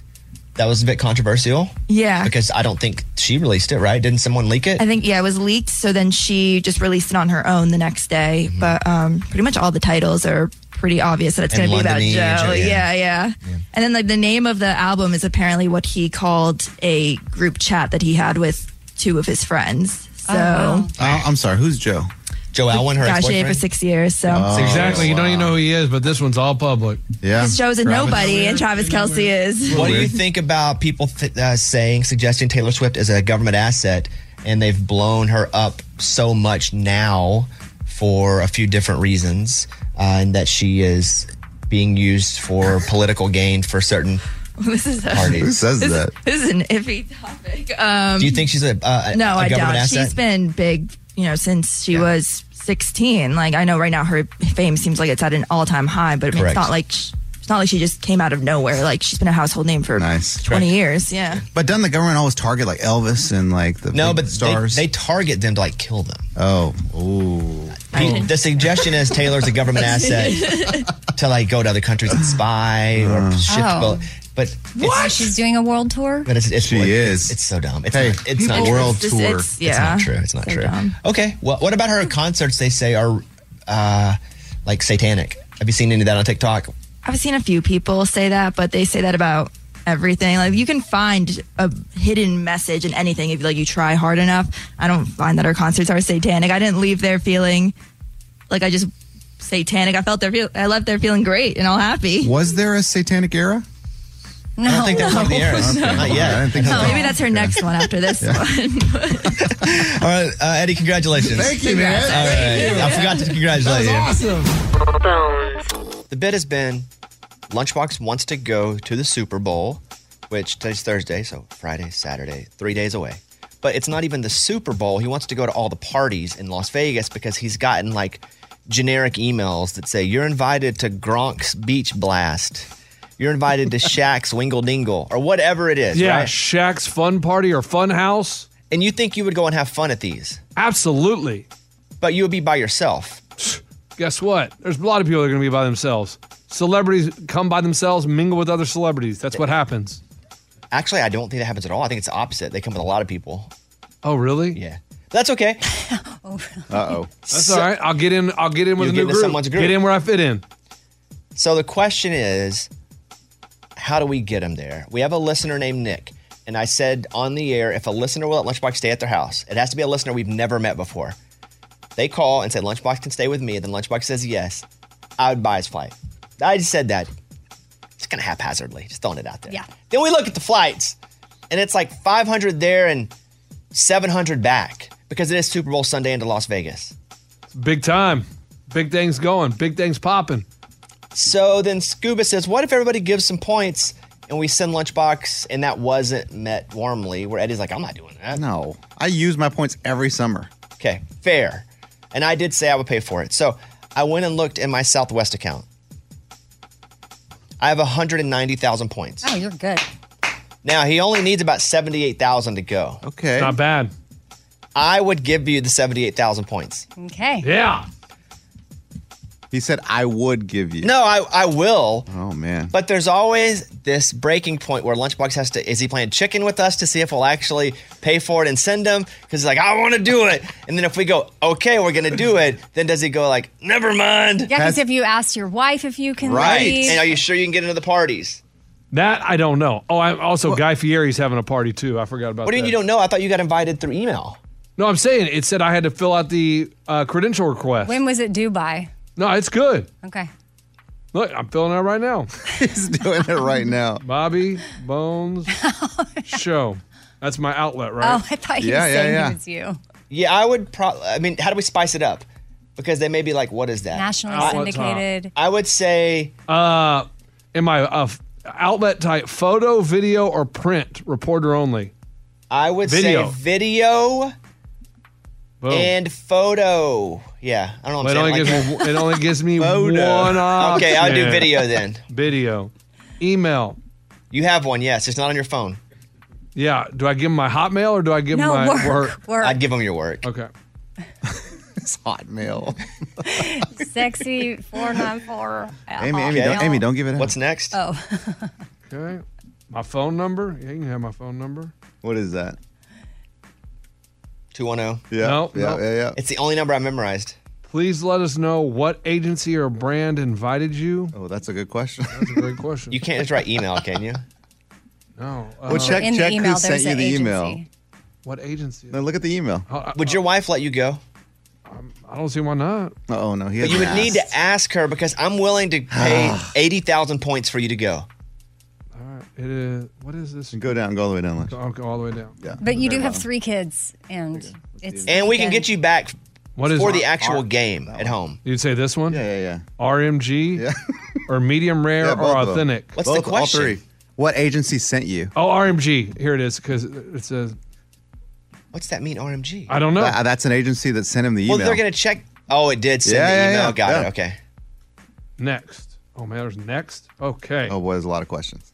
that was a bit controversial
yeah.
because I don't think she released it. Right? Didn't someone leak it?
I think yeah, it was leaked. So then she just released it on her own the next day.
Mm-hmm.
But um, pretty much all the titles are pretty obvious that it's
And
going to be about Joe.
Londonese,
Yeah.
yeah.
Yeah, And then like the name of the album is apparently what he called a group chat that he had with two of his friends.
Oh,
So
I, Uh, I'm sorry. Who's Joe?
Joe
Alwyn,
gosh, yeah, for six years. So
Oh.
exactly. You don't even know who he is, but this one's all public.
Yeah.
This Joe's a nobody, and Travis Kelsey is.
What do you think about people th- uh, saying, suggesting Taylor Swift is a government asset, and they've blown her up so much now for a few different reasons, uh, and that she is being used for political gain for certain
This is a,
parties?
this, This is an iffy topic. Um,
Do you think she's a, uh, a-
no,
a
I
government
don't.
asset?
She's been big, you know, since she was 16. Like I know right now her fame seems like it's at an all-time high, but I mean, it's
Correct.
not like sh- it's not like she just came out of nowhere. Like she's been a household name for 20 years. Yeah.
But doesn't the government always target like Elvis and like the
No,
big
but they-
stars?
they target them to like kill them.
Oh, ooh.
Pe- The suggestion is Taylor's a government asset to like go to other countries and spy or shift.
Oh.
But
what? She's doing a world tour.
But it's, it's she is. It's, so dumb. It's
Hey,
not, it's not
people-
true.
World It's- tour. it's-
It's
yeah.
not true. It's not true. Okay. Well, what about her concerts? They say are uh, like satanic. Have you seen any of that on TikTok?
I've seen a few people say that, but they say that about everything. Like you can find a hidden message in anything if like you try hard enough. I don't find that our concerts are satanic. I didn't leave there feeling like I just satanic. I felt there. Feel, I left there feeling great and all happy.
Was there a satanic era?
No.
I don't think that's one of the eras.
No.
Not yet.
I didn't think so.
Maybe that's her next one after this one.
All right, uh, Eddie. Congratulations.
Thank you, man.
All right.
Thank you.
I forgot to congratulate you.
awesome.
The bit has been Lunchbox wants to go to the Super Bowl, which today's Thursday, so Friday, Saturday, three days away. But it's not even the Super Bowl. He wants to go to all the parties in Las Vegas because he's gotten like generic emails that say, You're invited to Gronk's Beach Blast. You're invited to Shaq's Wingle Dingle or whatever it is.
Yeah,
right?
Shaq's fun party or fun house.
And you think you would go and have fun at these?
Absolutely.
But you would be by yourself.
Guess what? There's a lot of people that are going to be by themselves. Celebrities come by themselves, mingle with other celebrities. That's what happens.
Actually, I don't think that happens at all. I think it's the opposite. They come with a lot of people.
Oh, really?
Yeah. That's okay.
Uh oh.
That's all right. I'll get in. I'll get in with
You'll get
a new
into
group.
someone's group.
Get in where I fit in.
So the question is, how do we get them there? We have a listener named Nick, and I said on the air, if a listener will let Lunchbox stay at their house, it has to be a listener we've never met before. They call and say Lunchbox can stay with me, and then Lunchbox says yes. I would buy his flight. I just said that, just kind of haphazardly, just throwing it out there.
Yeah.
Then we look at the flights, and it's like 500 there and 700 back because it is Super Bowl Sunday into Las Vegas.
Big time. Big things going. Big things popping.
So then Scuba says, What if everybody gives some points and we send Lunchbox and that wasn't met warmly? Where Eddie's like, I'm not doing that.
No. I use my points every summer.
Okay, fair. And I did say I would pay for it. So I went and looked in my Southwest account. I have 190,000 points.
Oh, you're good.
Now he only needs about 78,000 to go.
Okay.
Not bad.
I would give you the 78,000 points.
Okay.
He said, I would give you.
No, I, I will.
Oh, man.
But there's always this breaking point where Lunchbox has to, is he playing chicken with us to see if we'll actually pay for it and send him? Because he's like, I want to do it. And then if we go, okay, we're going to do it, then does he go like, never mind?
Yeah, because if you asked your wife if you can leave,
And are you sure you can get into the parties?
That I don't know. Oh, I'm also Guy Fieri's having a party too. I forgot about
What do
that.
you mean you don't know? I thought you got invited through email.
No, I'm saying it said I had to fill out the uh, credential request.
when was it due by?
No, it's good.
Okay.
Look, I'm filling it out right now.
He's doing it right now.
Bobby Bones Show. That's my outlet, right?
Oh, I thought you were saying it was you.
Yeah, I would probably, I mean, how do we spice it up? Because they may be like, what is that?
Nationally
I-
syndicated.
I would say.
Uh, am I a f- outlet type photo, video, or print reporter only?
I would
Video.
say video
Boom.
and photo. Yeah, I don't know.
Well, it, only
What I'm saying,
gives
like
me, it only gives me
Photo.
one option.
Okay, I'll do video then.
Video, email.
You have one, yes. It's not on your phone.
Yeah. Do I give them my Hotmail or do I give them
No,
my
work, work. I'd
give them your work.
Okay.
it's Hotmail.
Sexy four nine four.
Amy, Amy, don't, Amy, don't give it up.
What's next?
Oh.
Okay. My phone number. Yeah, you can have my phone number.
What is that?
210.
Yeah.
No,
yeah,
no.
yeah, yeah.
It's the only number I memorized.
Please let us know what agency or brand invited you.
Oh, that's a good question.
That's a great question.
You can't just write email, can you?
No. uh,
Well, check,
In the
check
email,
who sent
there's
you
an
the email.
agency.
What agency?
Now look at the email.
Would your wife let you go?
uh, I don't see why not.
Oh no, he.
But you
hasn't
would need
asked. Ah.
to ask her because I'm willing to pay 80,000 points for you to go.
All right. It is. What is this?
go down, go all the way down. Lunch.
I'll go all the way down.
Yeah.
But you do have three kids, and it's
And we can get you back
What is
for
it?
the actual game at home.
You'd say this one?
Yeah, yeah,
yeah. RMG or medium rare
Yeah,
or
both of them.
authentic?
Both- All three. What agency sent you?
Oh, RMG. Here it is because it says
What's that mean, RMG?
I don't know.
That- that's an agency that sent him the
Well,
email.
they're going to check. Oh, it did send
Yeah,
the
yeah,
email.
yeah,
Got
yeah.
it. Okay.
next. Oh man, there's next. Okay.
oh boy, there's a lot of questions.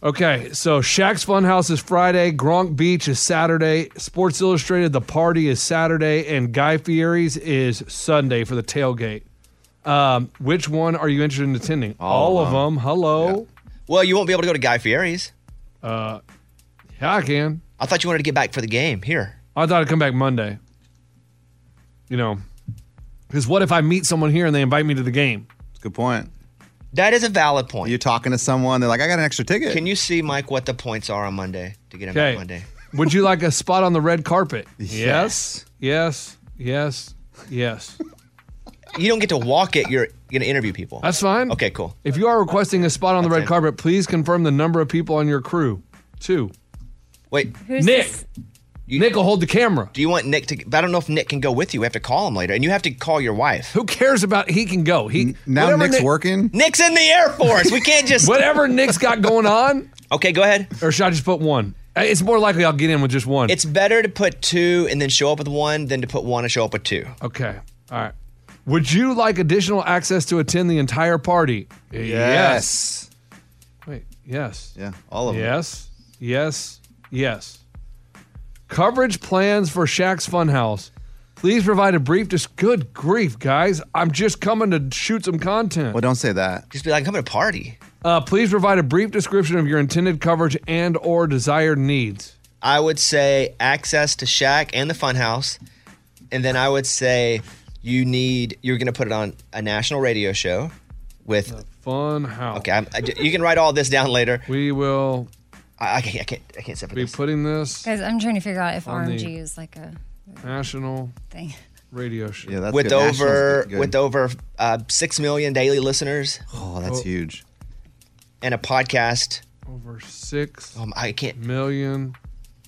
Okay, so Shaq's Funhouse is Friday, Gronk Beach is Saturday, Sports Illustrated The Party is Saturday, and Guy Fieri's is Sunday for the tailgate. Um, which one are you interested in attending? All, of them. Hello.
Well, you won't be able to go to Guy Fieri's.
Uh, yeah, I can.
I thought you wanted to get back for the game here.
I thought I'd come back Monday. You know, because what if I meet someone here and they invite me to the game?
Good point.
That is a valid point.
You're talking to someone. They're like, I got an extra ticket.
Can you see, Mike, what the points are on Monday to get him
Okay.
back Monday?
Would you like a spot on the red carpet?
Yes.
Yes. Yes. Yes.
You don't get to walk it. You're going to interview people.
That's fine.
Okay, cool.
If you are requesting a spot on the
That's
red
it.
carpet, please confirm the number of people on your crew. Two.
Wait,
Who's
Nick.
this?
Nick will hold the camera.
do you want Nick to? but I don't know if Nick can go with you. We have to call him later, and you have to call your wife.
Who cares about he can go? He
Now
whatever
Nick's
Nick-
working.
Nick's in the Air Force. We can't just
Whatever Nick's got going on,
Okay, go ahead.
or should I just put one? Uh, It's more likely I'll get in with just one.
It's better to put two and then show up with one than to put one and show up with two.
okay. All right. Would you like additional access to attend the entire party? Wait, yes.
Yeah, all of them.
Yes, yes, yes. Coverage plans for Shaq's Funhouse. Please provide a brief. Just good grief, guys! I'm just coming to shoot some content.
Well, don't say that.
Just be like, I'm coming to party.
Uh, please provide a brief description of your intended coverage and or desired needs.
I would say access to Shaq and the Funhouse, and then I would say you need you're going to put it on a national radio show with.
Funhouse.
Okay, I'm, I, you can write all this down later.
We will.
I, I can't. I can't. I can't sit for
Be
this.
putting this
Guys, I'm trying to figure out if
On the-
RMG is like a
national
thing.
radio show.
Yeah, that's
with
good. National's
over
good.
with over uh, six million daily listeners
Oh, that's
Oh.
huge.
and a podcast.
over six
Um, I can't.
million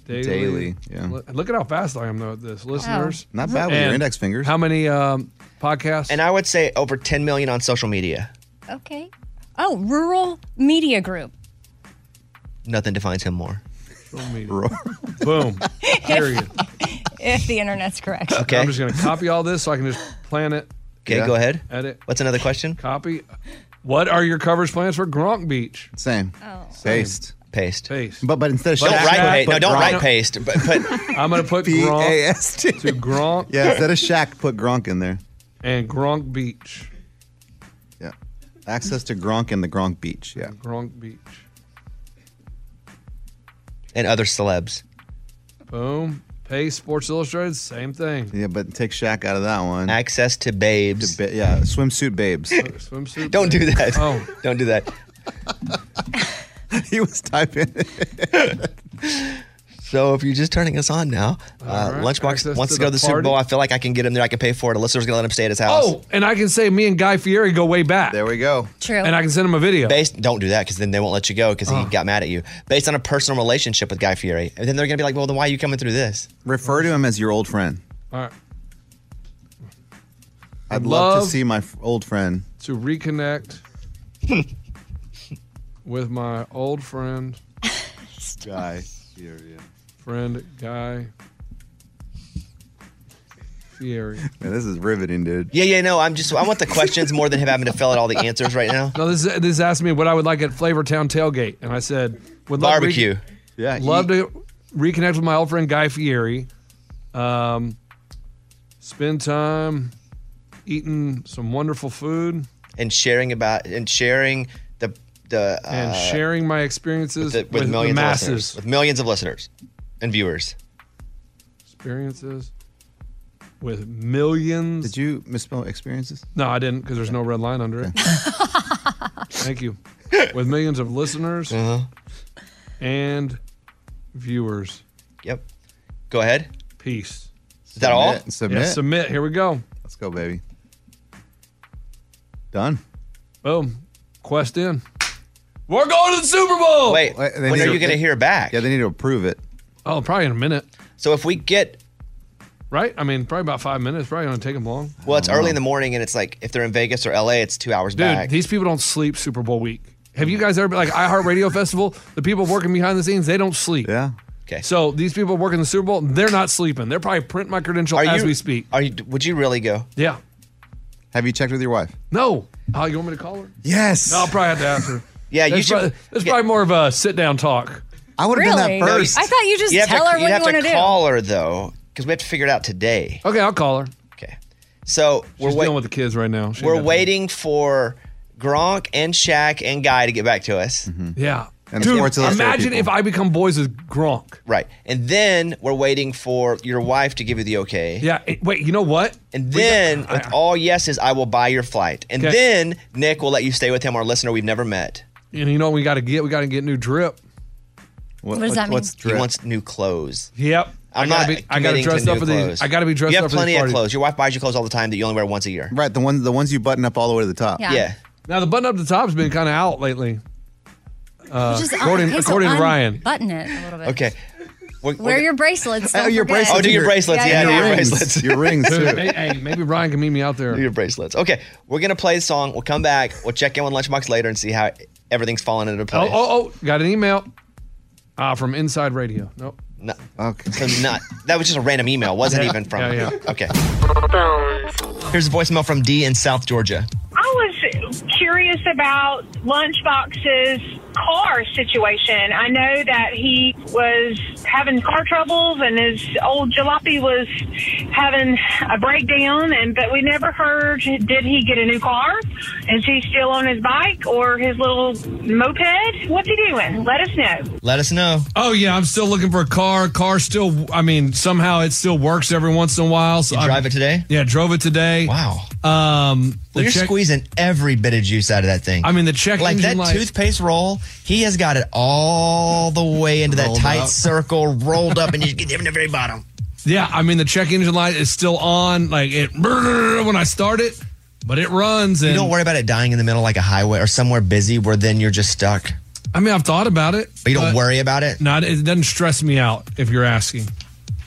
daily.
Daily, yeah.
Look- Look at how fast I am though at this, listeners.
Not bad with your
And
index fingers.
How many um, podcasts?
And I would say over ten million on social media.
Okay. Oh, Rural Media Group.
Nothing defines him more.
Boom. Period.
if the internet's correct.
Okay.
I'm just going to copy all this so I can just plan it.
Okay, go ahead.
Edit.
What's another question?
Copy. What are your coverage plans for Gronk Beach?
Same. Paste.
Paste.
Paste.
But but instead of
Don't
Shaq,
write paste.
put
No, don't write
paste. But
I'm going to put Gronk
P-A-S-T.
to Gronk.
Yeah, instead of Shaq, put Gronk in there.
and Gronk Beach.
Yeah. Access to Gronk and the Gronk Beach. Yeah.
Gronk Beach.
And other celebs.
Boom. Paste Sports Illustrated. Same thing.
Yeah, but take Shaq out of that one.
Access to babes.
ba- yeah, swimsuit babes.
Swimsuit.
Don't do that.
Oh.
Don't do that.
he was typing.
so if you're just turning us on now, uh,
right.
Lunchbox
Access
wants
to
to, go to
the
the Super
party.
Bowl. I feel like I can get him there. I can pay for it. A listener's going to let him stay at his house.
Oh, and I can say me and Guy Fieri go way back. There
we go.
True.
And I can send him a video. Uh-huh.
Based, don't do that because then they won't let you go because he got mad at you. Based on a personal relationship with Guy Fieri, and then they're going to be like, "Well, then why are you coming through this?"
Refer to him as your old friend.
All right.
I'd love,
Love-
to see my f- old friend.
To reconnect with my old friend.
Guy.
Friend Guy Fieri.
Man, this is riveting, dude.
Yeah, yeah, no. I'm just I want the questions more than him having to fill out all the answers right now.
No, this this asked me what I would like at Flavortown tailgate, and I said would love to
Barbecue.
yeah,
love to reconnect with my old friend Guy Fieri. Um, spend time eating some wonderful food
and sharing about and sharing the the uh,
and sharing my experiences
with,
with,
with
the
millions of listeners,
masses.
with millions of listeners and viewers.
experiences with millions.
Did you misspell experiences?
No, I didn't because there's no red line under it. Thank you. With millions of listeners
Uh-huh.
and viewers.
Yep. Go ahead.
Peace.
Is that all?
Submit, submit.
Yeah, submit. Here we go.
Let's go, baby. Done.
Boom. Quest in. We're going to the Super Bowl.
Wait, when are you going to hear back?
Yeah, they need to approve it.
Oh, probably in a minute.
So if we get
right, I mean, probably about five minutes. Probably gonna take them long.
Well, it's early in the morning, and it's like if they're in Vegas or LA, it's two hours
Dude,
back.
these people don't sleep Super Bowl week. Have you guys ever been like iHeartRadio Festival? The people working behind the scenes, they don't sleep.
Yeah.
Okay.
So these people working the Super Bowl, they're not sleeping. They're probably printing my credential as
you,
we speak.
Are you? Would you really go?
Yeah.
Have you checked with your wife?
No. Oh, you want me to call her?
Yes.
No, I'll probably have to ask her.
Yeah, you
That's
should-
Probably, that's probably more of a sit down talk.
I
would've done that Really? first. I thought you just
You'd have
tell
to,
her
you'd
what you
have
wanna
to
do.
call her though, because we have to figure it out today.
Okay, I'll call her.
Okay. So
She's
we're wait-
dealing with the kids right now. She ain't
we're
got
waiting for Gronk and Shaq and Guy to get back to us.
Mm-hmm.
time. Yeah.
And the
Dude,
Sports Illustrated
imagine
people.
if I become boys with Gronk.
Right. And then we're waiting for your wife to give you the okay.
Yeah. it- wait, you know what?
And then with all yeses, I will buy your flight. And
Okay.
then Nick will let you stay with him, our listener we've never met.
And you know what we got to get? We got to get new drip.
What,
does what- that mean? what's
He
drip?
wants new clothes.
Yep.
I'm
I
not.
gotta be- I gotta
committing
dress
to
up
new
for these-
clothes.
I gotta be dressed
You have
up for these
plenty of
parties.
clothes. Your wife buys you clothes all the time that you only wear once a year.
Right, the ones the ones you button up all the way to the top.
Yeah. Yeah.
Now the button up the top's been kind of out lately. Uh,
Just un-
according
okay, so
according to Ryan.
Button it a little bit.
Okay.
Wear your bracelets.
Oh,
don't
your
forget.
bracelets.
Oh, do your bracelets. Yeah, do your
rings.
bracelets.
Your rings, too.
Dude, hey, hey, maybe Ryan can meet me out there.
Do your bracelets. Okay, we're gonna play the song. We'll come back. We'll check in with Lunchbox later and see how everything's falling into
Oh,
place.
oh, oh! Got an email uh, from Inside Radio. Nope.
No. Okay. So not that was just a random email. Wasn't
Yeah.
even from.
Yeah,
Okay. Here's a voicemail from D in South Georgia.
I was curious about Lunchbox's car situation. I know that he was having car troubles and his old jalopy was having a breakdown and but we never heard did he get a new car? Is he still on his bike or his little moped? What's he doing? Let us know.
Let us know.
Oh yeah, I'm still looking for a car. Car still, I mean, somehow it still works every once in a while. So
You
I-
drive it today?
Yeah, drove it today.
Wow.
Um,
Well,
the
you're
check-
squeezing every bit of juice out of that thing.
I mean, the check
like
engine
that
light-
toothpaste roll. He has got it all the way into that
Rolled
tight
up.
circle, rolled up, and you get him to the very bottom.
Yeah, I mean the check engine light is still on. Like it when I start it, but it runs. And
you don't worry about it dying in the middle like a highway or somewhere busy where then you're just stuck.
I mean, I've thought about it.
But you don't worry about it.
Not it doesn't stress me out if you're asking.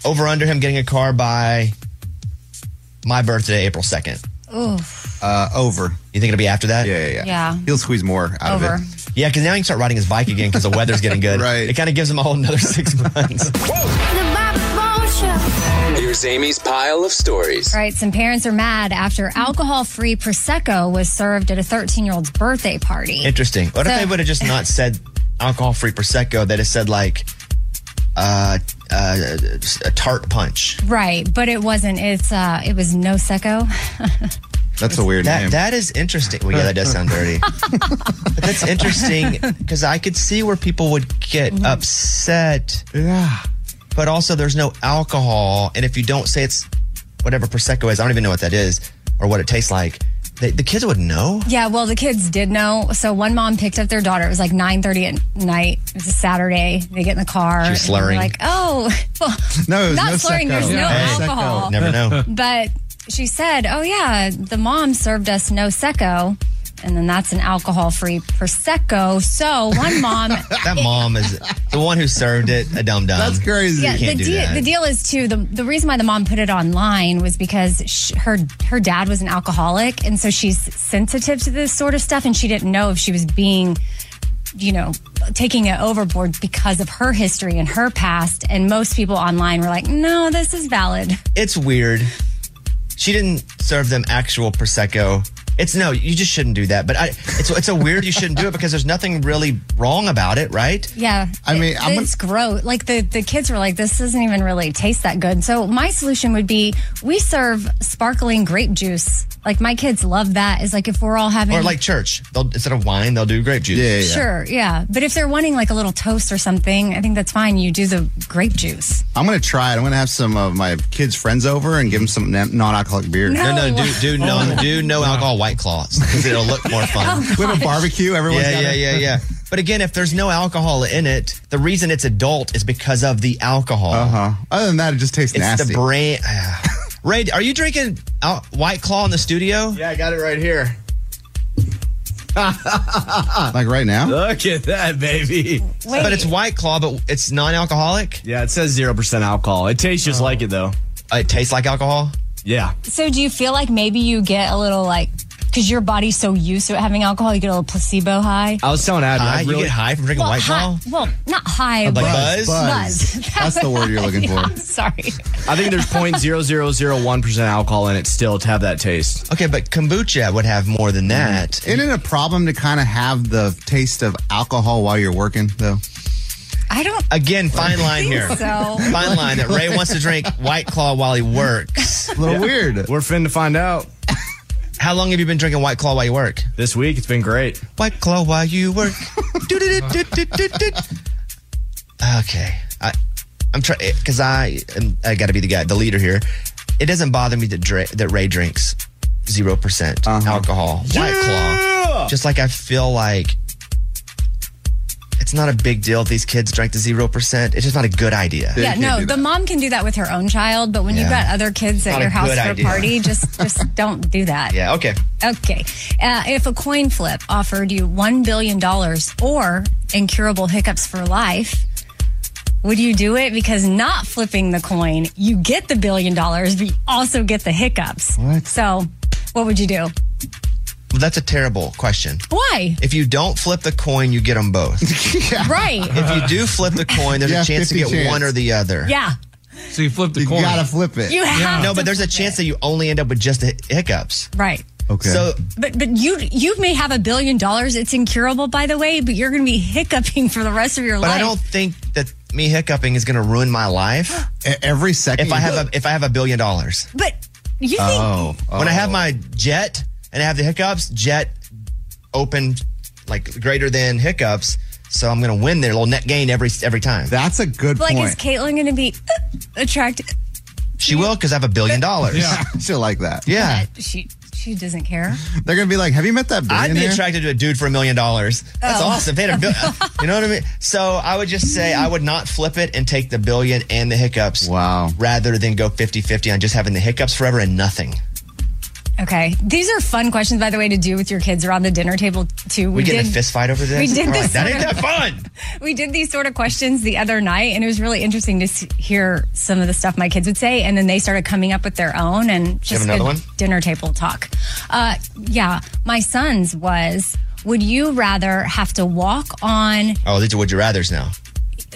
Over under him getting a car by my birthday, April second.
Oof.
Uh, over. You think it'll be after that? Yeah,
Yeah.
He'll squeeze more
out of it. Over.
Yeah, because now he can start riding his bike again because the weather's getting good. right. It kind of gives him a whole another six months.
The Bob Bone
Here's Amy's pile of stories.
All right, some parents are mad after alcohol-free prosecco was served at a 13-year-old's birthday party.
Interesting. What if
So-
they would have just not said alcohol free prosecco? They just said like uh, uh, a tart punch.
Right, but it wasn't. It's uh, it was no secco.
That's a weird that, name. That is interesting. Well, yeah, that does sound dirty. But that's interesting because I could see where people would get
Mm-hmm.
upset. Yeah. But also, there's no alcohol, and if you don't say it's whatever prosecco is, I don't even know what that is or what it tastes like. The, the kids would know.
Yeah, well, the kids did know. So one mom picked up their daughter. It was like 9.30 at night. It was a Saturday. They get in the car.
She was
and they're
slurring.
like, oh, well,
No, it was
not
no
slurring.
secco.
There's no
Yeah. Hey.
alcohol.
Never know.
But she said, oh, yeah, the mom served us no secco. And then that's an alcohol free Prosecco. So one mom.
That mom is the one who served it a dum dum. That's crazy.
Yeah, the,
Can't do
deal
that.
the deal is too. The, the reason why the mom put it online was because sh her her dad was an alcoholic, and so she's sensitive to this sort of stuff, and she didn't know if she was being, you know, taking it overboard because of her history and her past. And most people online were like, "No, this is valid."
it's weird. She didn't serve them actual prosecco. It's no, you just shouldn't do that. But I, it's it's a weird you shouldn't do it because there's nothing really wrong about it, right?
Yeah,
I mean, I'm gonna-
it's gross. Like the the kids were like, "This doesn't even really taste that good." So my solution would be we serve sparkling grape juice. Like my kids love that. Is like if we're all having
Or like church, they'll instead of wine they'll do grape juice.
Sure, yeah. But if they're wanting like a little toast or something, I think that's fine. You do the grape juice.
I'm gonna try it. I'm gonna have some of my kids' friends over and give them some na- non-alcoholic beer.
No, no, do do no do no alcohol white claws because it'll look more fun.
Oh, We have a gosh. barbecue, everyone's
yeah,
got
yeah,
it.
yeah, yeah. But again, if there's no alcohol in it, the reason it's adult is because of the alcohol. Uh huh. Other than that, it just tastes it's
nasty.
The brain. Ray, are you drinking out White Claw in the studio? Yeah, I got it right here.
like right now.
Look at that, baby.
Wait. But it's White Claw, but it's non-alcoholic. Oh. Uh,
Yeah, it says zero percent alcohol. It tastes just like it though.
It tastes like alcohol.
Yeah.
So do you feel like maybe you get a little like because your body's so used to having alcohol, you get a little placebo high.
I was telling Adam,
High?
I
You
really
get high from drinking
well,
White
high-
Claw.
well, not high,
Like
but
buzz?
Buzz.
Buzz. That's the word you're looking
Yeah,
for.
I'm sorry.
I think there's 0.0001% alcohol in it still to have that taste.
Okay, but kombucha would have more than that.
Mm-hmm. Isn't it a problem to kind of have the taste of alcohol while you're working though?
I don't.
Again, fine line
think
here.
so.
Fine line that Ray wants to drink White Claw while he works.
A little weird.
We're fin to find out.
How long have you been drinking White Claw while you work?
This week, it's been great.
White Claw while you work. okay, I, I'm trying because I am, I got to be the guy, the leader here. It doesn't bother me that Dre, that Ray drinks zero percent
Uh-huh.
alcohol, White Claw. Just like I feel like it's not a big deal if these kids drank the zero percent. It's just not a good idea.
yeah, no, the mom can do that with her own child, but when you've
Yeah.
got other kids
Not
at
a
your house
good
for
idea.
a party, just just don't do that.
Yeah. Okay.
Okay. Uh, if a coin flip offered you $1 billion or incurable hiccups for life, would you do it? Because not flipping the coin, you get the billion dollars, but you also get the hiccups. So, what would you do?
Well, that's a terrible question.
Why?
If you don't flip the coin, you get them both.
Right.
If you do flip the coin, there's
Yeah,
a chance to get
50 chance.
one or the other.
Yeah.
So you flip the coin. You gotta flip
it. You have Yeah.
No,
to
but there's a chance that you only end up with just the hiccups.
Right.
Okay. So
But but you you may have a billion dollars. It's incurable, by the way, but you're going to be hiccuping for the rest of your
but
life.
I don't think that me hiccuping is gonna ruin my life.
E-,
Every second. If I have a if I have a billion dollars.
But you think
Oh. When I have my jet and I have the hiccups, jet open like greater than hiccups. So I'm gonna win their little net gain every every time.
That's a good
like is Caitlyn going to be uh, attracted?
She will because I have a billion dollars.
Yeah. She'll like that.
Yeah.
But She she doesn't care.
They're gonna be like, "Have you met that?" I'd be
billionaire?"
attracted to a dude for a million dollars. That's
Oh.
awesome. If they had a bill- you know what I mean? So I would just say I would not flip it and take the billion and the hiccups. Wow. Rather than go 50-50 on just having the hiccups forever and nothing.
Okay. These are fun questions, by the way, to do with your kids around the dinner table, too.
We, get in a fist fight over this.
We did
We're
this.
like, that
sort
ain't that
of-
fun.
We did these sort of questions the other night, and it was really interesting to s hear some of the stuff my kids would say. And then they started coming up with their own and just
another
good
one?
dinner table talk. Uh, yeah. My son's was Would you rather have to walk on
Oh, these are would you rather's now.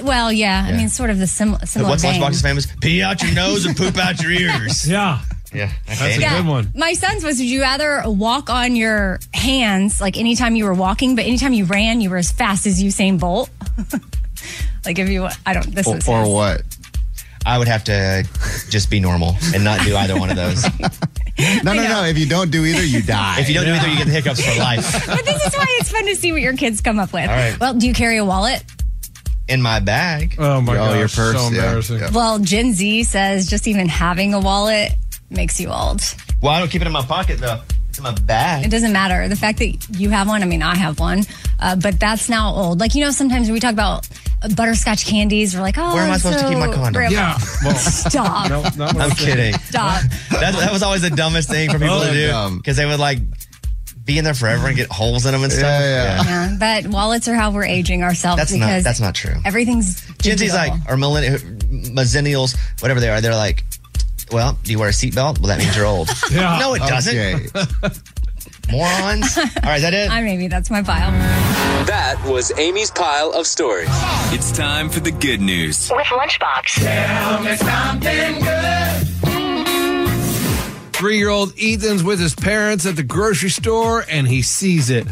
well, yeah, I
Yeah.
mean, sort of the sim- similar.
What's
vein.
Lunchbox's famous? Pee out your nose and poop out your ears.
Yeah.
Yeah. That's
Yeah. My son's was, would you rather walk on your hands, like anytime you were walking, but anytime you ran, you were as fast as Usain Bolt? like if you, I don't, this is his.
what? I would have to just be normal and not do either one of those.
No, no, no. If you don't do either, you die.
If you don't do either, you get the hiccups for life.
But this is why it's fun to see what your kids come up with.
All right.
Well, do you carry a wallet?
In my bag.
Oh my
Oh, your gosh, purse, so yeah,
embarrassing.
Well, Gen Z says just even having a wallet makes you old.
Well, I don't keep it in my pocket though. It's in my bag.
It doesn't matter. The fact that you have one, I mean, I have one, uh, but that's now old. Like, you know, sometimes we talk about butterscotch candies. We're like, oh,
Where am I
it's
supposed to keep
so
my condom?
grandma.
Yeah, well-
Stop.
No, not what I'm I'm saying. kidding.
Stop.
That, that was always the dumbest thing for people
Oh,
to do
dumb.
because they would like be in there forever and get holes in them and stuff. Yeah,
Yeah, but wallets are how we're aging ourselves
That's not.
because
That's not true.
everything's.
Gen Z's
digital.
like, or millennials, millennials, whatever they are, they're like, well, do you wear a seatbelt? Well, that means you're old.
Yeah.
No, it doesn't.
Okay.
Morons. All right, is that it?
I maybe that's my pile.
That was Amy's pile of stories.
It's time for the good news.
With Lunchbox. Tell me something good.
Three year old Ethan's with his parents at the grocery store and he sees it.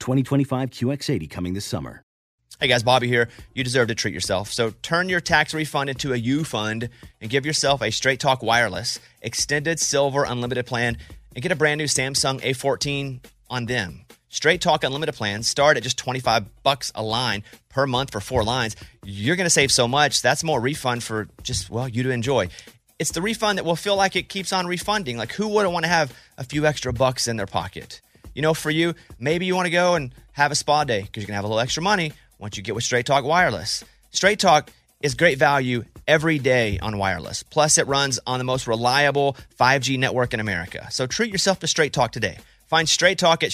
2025 QX80 coming this summer.
Hey guys, Bobby here. You deserve to treat yourself. So turn your tax refund into a U fund and give yourself a Straight Talk Wireless Extended Silver Unlimited plan and get a brand new Samsung A14 on them. Straight Talk Unlimited plans start at just 25 bucks a line per month for four lines. You're going to save so much. That's more refund for just, well, you to enjoy. It's the refund that will feel like it keeps on refunding. Like who wouldn't want to have a few extra bucks in their pocket? You know, for you, maybe you want to go and have a spa day because you're going to have a little extra money once you get with Straight Talk Wireless. Straight Talk is great value every day on wireless. Plus, it runs on the most reliable 5G network in America. So treat yourself to Straight Talk today. Find Straight Talk at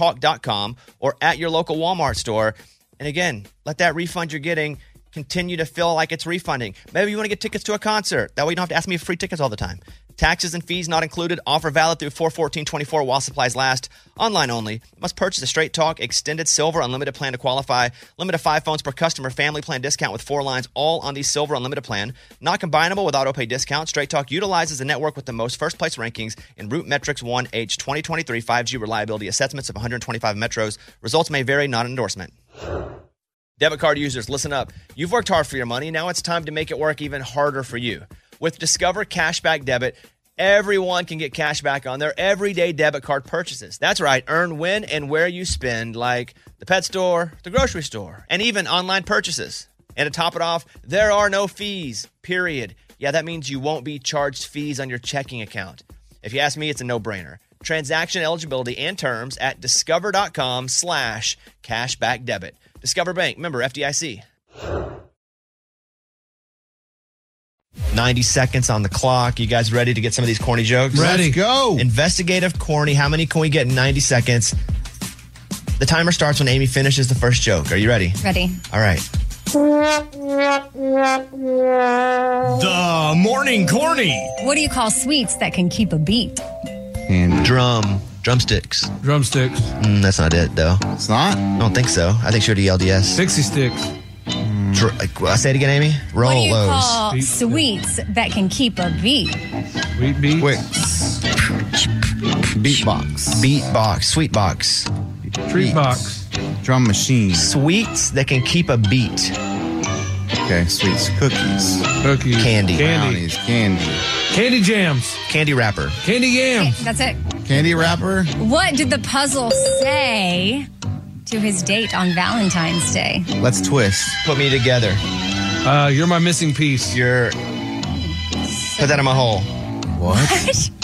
straighttalk.com or at your local Walmart store. And again, let that refund you're getting continue to feel like it's refunding. Maybe you want to get tickets to a concert. That way you don't have to ask me for free tickets all the time. Taxes and fees not included. Offer valid through 41424 while supplies last. Online only. Must purchase a Straight Talk Extended Silver Unlimited plan to qualify. Limit of five phones per customer. Family plan discount with four lines, all on the Silver Unlimited plan. Not combinable with auto pay discount. Straight Talk utilizes the network with the most first place rankings in Root Metrics 1H 2023 5G reliability assessments of 125 metros. Results may vary, not an endorsement. Debit card users, listen up. You've worked hard for your money. Now it's time to make it work even harder for you. With Discover Cashback Debit, everyone can get cash back on their everyday debit card purchases. That's right, earn when and where you spend, like the pet store, the grocery store, and even online purchases. And to top it off, there are no fees, period. Yeah, that means you won't be charged fees on your checking account. If you ask me, it's a no-brainer. Transaction eligibility and terms at discover.com slash cashback debit. Discover Bank, member FDIC. 90 seconds on the clock. You guys ready to get some of these corny jokes?
Ready. Let's
go. Investigative corny. How many can we get in 90 seconds? The timer starts when Amy finishes the first joke. Are you ready?
Ready?
All right.
The
morning corny.
What do you call sweets that can keep a beat?
And drum. Drumsticks.
Drumsticks.
Mm, that's not it, though. It's not? I don't think so. I think she would have LDS.
Dixie sticks.
Dr- uh, say it again, Amy. Roll
What do you
lows.
call sweets that can keep a beat?
Sweet beats.
Quick. Beatbox. Beatbox. Sweet box.
Treat box.
Drum machine. Sweets that can keep a beat.
Okay, sweets, cookies,
cookies,
candy,
Candy.
brownies, candy,
candy jams,
candy wrapper,
Candy yams.
That's it.
candy wrapper.
What did the puzzle say to his date on Valentine's Day?
Let's twist. Put me together.
Uh, you're my missing piece.
You're. Put that in my hole.
What?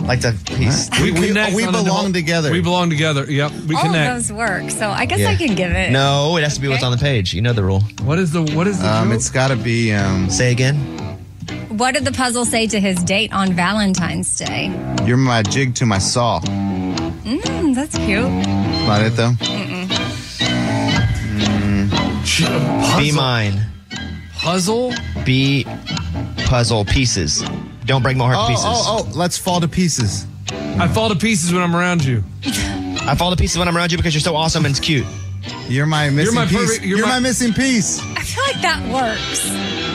like the piece.
We, connect
we
on a
belong
whole-
together.
We belong together. Yep. We
All
connect.
of those work, so I guess
Yeah.
I can give Oh, it.
No, it has to be what's on the page. You know the rule.
What is the what is the
Um, it's got to be um.
Say again.
What did the puzzle say to his date on Valentine's Day?
You're my jig to my saw.
Mmm, that's cute.
Not it though.
Mm-mm.
Be mine.
uh, Puzzle?
Be puzzle pieces. Don't break my heart to pieces.
oh, oh, let's fall to pieces.
I fall to pieces when I'm around you.
I fall to pieces when I'm around you because you're so awesome and it's cute.
You're my missing
my
piece.
perfect- you're
you're
my-
my missing piece.
I feel like that works.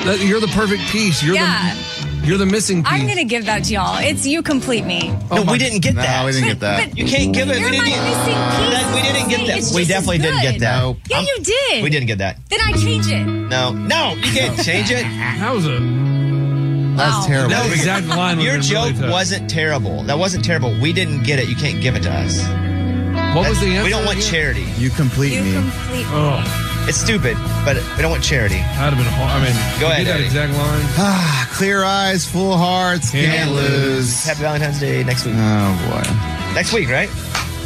That- you're the perfect piece. You're
Yeah.
the you're the missing piece.
I'm gonna give that to y'all. It's you complete me.
Oh
no, we didn't get that.
we didn't get that.
You can't give it.
You're
we didn't
my
get,
missing piece.
that- we didn't get that.
It's just
we
as
definitely didn't get
good.
that.
Yeah,
I'm-
you did.
We didn't get that.
Then I change it.
No, no, you can't change it.
That was a
Wow.
That
we-
exact line would've
Your
been really
joke
tough.
wasn't terrible. That wasn't terrible. We didn't get it. You can't give it to us.
What was
That-
the answer?
We don't want
again?
charity.
You complete
You
me.
complete me.
Oh,
It's stupid, but we don't want charity.
that'd have been hard. I mean,
Go
you
ahead,
did that
Eddie.
exact line.
Ah, clear eyes, full hearts, can't,
Can't
lose.
Happy Valentine's Day next week.
Oh
Next week, right?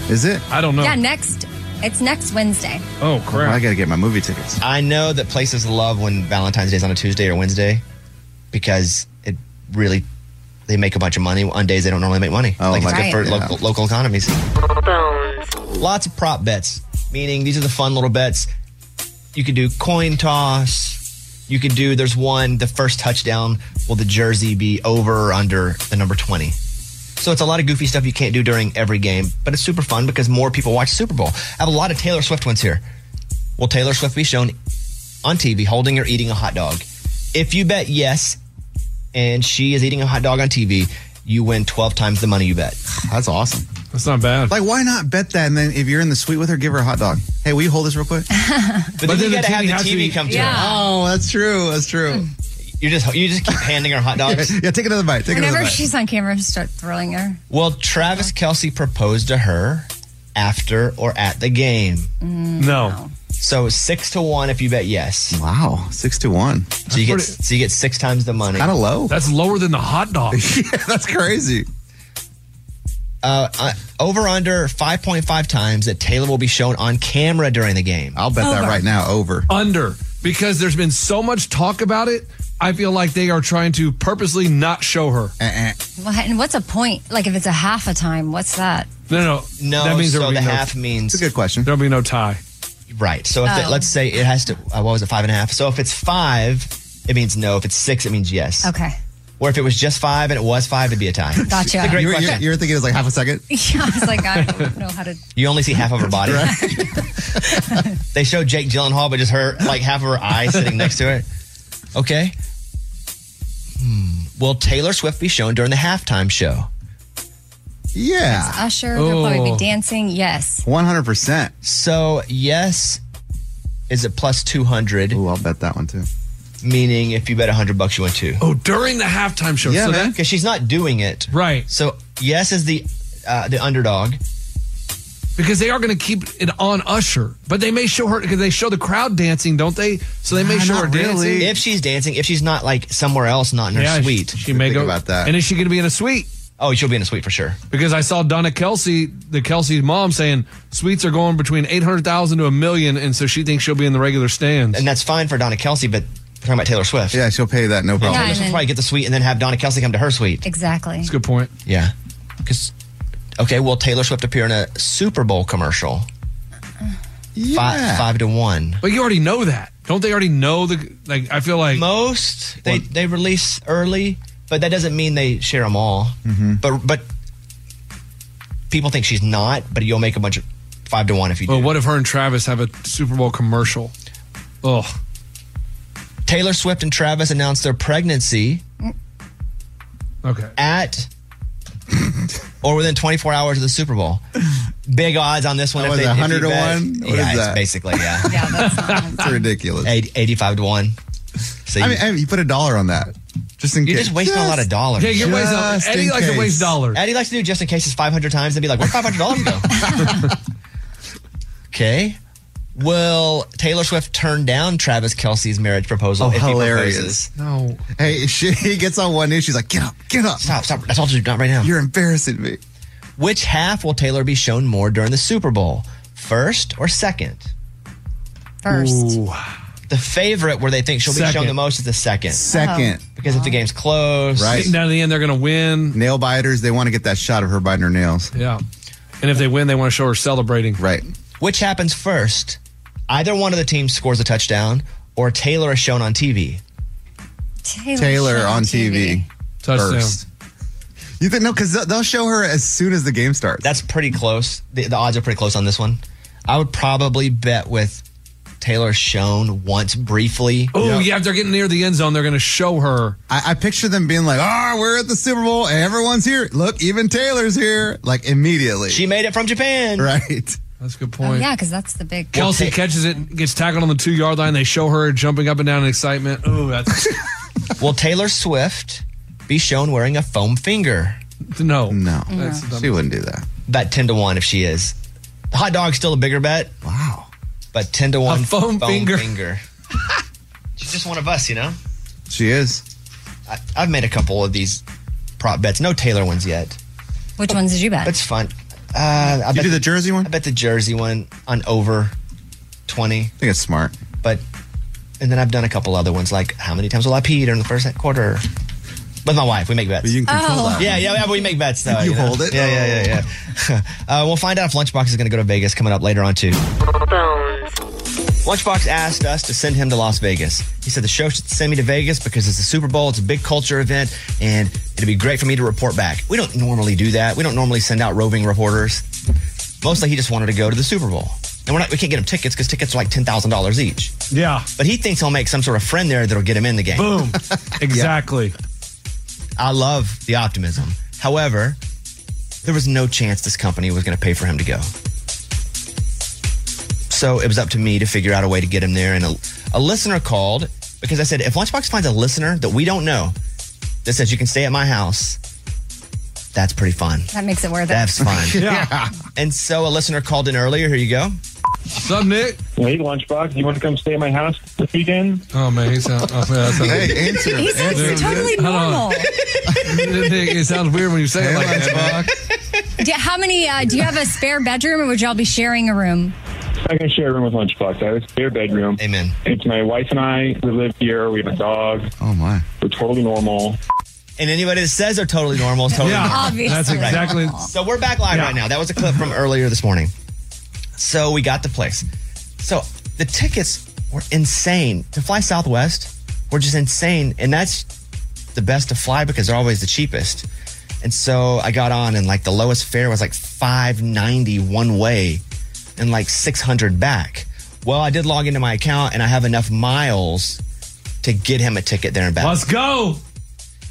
boy, is it?
I don't know.
Yeah, next. It's next Wednesday.
Oh crap.
I gotta get my movie tickets.
I know that places love when Valentine's Day is on a Tuesday or Wednesday because it really they make a bunch of money on days they don't normally make money.
Oh,
like it's
my
good for
God.
local, local economies. Lots of prop bets, meaning these are the fun little bets. You could do coin toss. You could do there's one the first touchdown will the jersey be over or under the number 20. So it's a lot of goofy stuff you can't do during every game, but it's super fun because more people watch Super Bowl. I have a lot of Taylor Swift ones here. Will Taylor Swift be shown on TV holding or eating a hot dog? If you bet yes, and she is eating a hot dog on TV, you win 12 times the money you bet.
That's awesome.
That's not bad.
Like, why not bet that? And then if you're in the suite with her, give her a hot dog. Hey, will you hold this real quick?
But, then
then
you
the
got to have
TV
the
has to
TV
be-
come to her.
Yeah.
Oh, that's true. That's true.
You just you just keep handing her
Oh.
hot
yeah,
dogs.
yeah, take another bite. Take another
Whenever
bite.
she's on camera, start throwing her.
Well, Travis Kelsey proposed to her after or at the game.
No.
So six to one if you bet yes.
Wow, six to one.
So you get
pretty-
so you get six times the money.
Kind of low.
That's lower than the hot dog.
yeah, that's crazy.
Uh, uh, over under five point five times that Taylor will be shown on camera during the game.
I'll bet that right now. Over.
Under because there's been so much talk about it. I feel like they are trying to purposely not show her.
Uh-uh.
What, and what's a point? Like if it's a half a time, what's that?
No, no,
No,
That means
so
there'll
the
be no.
half
It's a
means
good question.
There'll be no tie.
right. So if it-
Oh.
let's say
Oh.
it has to, uh, what was it, five and a half? So if it's five, it means no. If it's six, it means yes.
Okay.
Or if it was just five and it was five, it'd be a tie.
Gotcha.
It's a great
You were-
question.
you
were thinking it was like half a second?
Yeah, I was like, I don't know how to.
You only see half of her body. they show Jake Gyllenhaal, but just her, like half of her eye sitting next to it. Okay. Hmm. Will Taylor Swift be shown during the halftime show? Yeah.
Usher, they'll probably
Oh.
be dancing. Yes.
100%. So, yes is it plus 200. Oh, I'll bet that one too. Meaning if you bet 100 bucks, you win two.
Oh, during the halftime show. so that-
Because she's not doing it.
Right.
So, yes is the uh, the underdog.
because they are going to keep it on Usher, but they may show her because they show the crowd dancing, don't they? So they may show her dancing.
If she's dancing, if she's not like somewhere else, not in her
Yeah,
suite.
she may Think go- about that. and is she going to be in a suite?
Oh, she'll be in a suite for sure.
Because I saw Donna Kelsey, the Kelsey's mom, saying suites are going between eight hundred thousand to a million, and so she thinks she'll be in the regular stands.
And that's fine for Donna Kelsey, but we're talking about Taylor Swift. Yeah, she'll pay that no
problem. Yeah, and
she'll
then-
probably get the suite and then have Donna Kelsey come to her suite.
Exactly.
That's a good point.
Yeah, because okay, will Taylor Swift appear in a Super Bowl commercial? Yeah. Five, five to one.
But you already know that, don't they? Already know the like. I feel like
most They they release early, but that doesn't mean they share them all.
Hmm.
Mm-hmm.
But but people think she's not. But you'll make a bunch of five to one if you
Well,
do.
what if her and Travis have a Super Bowl commercial? Oh,
Taylor Swift and Travis announced their pregnancy
okay.
at or within 24 hours of the Super Bowl. Big odds on this one.
That
if
was
they- if you
100 to
bet.
1? What
yeah,
is
it's
that?
basically yeah. yeah,
It's ridiculous.
85 to 1.
I, mean, I mean, you put a dollar on that. Just in
You're
case.
just wasting a lot of dollars.
Just in case.
Eddie likes to do just in cases 500 times and be like, where'd $500 go? okay. Will Taylor Swift turn down Travis Kelsey's marriage proposal
Oh,
if
hilarious.
he proposes?
No.
Hey, she he gets on one knee. She's like, get up, get up.
Stop, stop. That's all you do. Not right now.
You're embarrassing me.
Which half will Taylor be shown more during the Super Bowl? First or second?
First.
The favorite where they think she'll be shown
Second.
the most is the second.
Second. Oh.
Because if the game's close.
Right.
Down to the end, they're going to win.
Nail biters, they want to get that shot of her biting her nails.
Yeah. And if they win, they want to show her celebrating.
Right.
Which happens first? Either one of the teams scores a touchdown or Taylor is shown on TV.
Taylor,
Taylor on TV.
Touchdown.
First. You think, no, because they'll show her as soon as the game starts.
That's pretty close. The, the odds are pretty close on this one. I would probably bet with Taylor shown once briefly.
Oh, yeah. If they're getting near the end zone, they're going to show her.
I, I picture them being like, ah, we're at the Super Bowl and everyone's here. Look, even Taylor's here. Like immediately. She
made it from Japan.
Right.
That's a good
Oh,
point.
yeah, because that's the big.
Kelsey catches it, and gets tackled on the two yard line. They show her jumping up and down in excitement. Oh, that's
Will Taylor Swift be shown wearing a foam finger?
No.
No.
That's
She
dumb. She
wouldn't do that.
Bet 10 to 1 if she is. The hot dog's still a bigger bet.
Wow.
But 10 to 1
foam finger.
She's just one of us, you know?
She is.
I, I've made a couple of these prop bets. No Taylor ones yet.
Which ones did you bet?
It's fun. Uh, I
You
bet
do the Jersey one?
I bet the Jersey one on over 20. I
think it's smart.
But, and then I've done a couple other ones like how many times will I pee during the first quarter? With my wife, we make bets.
you
can control Oh. that.
Yeah, yeah, yeah, we make bets though.
You hold it? Oh.
Yeah, yeah, yeah, yeah. uh, we'll find out if Lunchbox is going to go to Vegas coming up later on too. Lunchbox asked us to send him to Las Vegas. He said the show should send me to Vegas because it's the Super Bowl, it's a big culture event, and it'd be great for me to report back. We don't normally do that. We don't normally send out roving reporters. Mostly, he just wanted to go to the Super Bowl, and we're not. We can't get him tickets because tickets are like ten thousand dollars each.
Yeah.
But he thinks he'll make some sort of friend there that'll get him in the game.
Boom. Exactly.
I love the optimism. However, there was no chance this company was going to pay for him to go. So it was up to me to figure out a way to get him there. And a, a listener called because I said, if Lunchbox finds a listener that we don't know that says you can stay at my house, that's pretty fun.
That makes it worth it.
That's fun. And so a listener called in earlier. Here you go.
What's up, Nick?
Hey, Lunchbox, you want to come stay at my house this weekend?
Oh man, he sounds. Oh, man, that sounds
Hey, answer. He sounds
Dude,
totally
hold on.
normal.
Nick, it sounds weird when you say it like that.
Do- how many? Uh, do you have a spare bedroom, or would y'all be sharing a room?
I can share a room with Lunchbox. I have a spare bedroom.
Amen.
It's my wife and I. We live here. We have a dog.
Oh, my.
We're totally normal.
And anybody that says they're totally normal is totally
Yeah,
normal.
obviously. that's exactly-
So we're back live
Yeah.
right now. That was a clip from earlier this morning. So we got the place. So the tickets were insane. To fly Southwest were just insane. And that's the best to fly because they're always the cheapest. And so I got on, and like the lowest fare was like five ninety one way, and like six hundred back. Well, I did log into my account, and I have enough miles to get him a ticket there and back. Let's
go.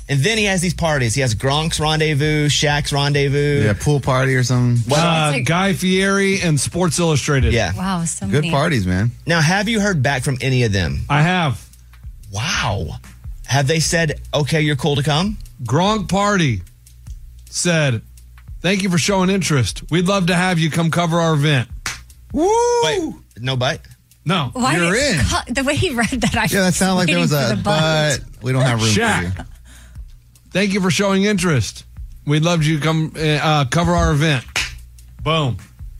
And then he has these parties. He has Gronk's rendezvous, Shaq's rendezvous.
Yeah, pool party or something.
Well,
Uh, Guy Fieri and Sports Illustrated.
Yeah.
Wow, so
Good parties, man.
Now, have you heard back from any of them?
I have.
Wow. Have they said, okay, you're cool to come?
Gronk Party said, Thank you for showing interest. We'd love to have you come cover our event. Woo! Wait,
no bite?
No.
Why did- co- the way he read that, I
Yeah, that sounded like there
waiting
was
for
a
the button.
we don't have room for
Shaq, Thank you for showing interest. We'd love you to come uh, uh, cover our event. Boom.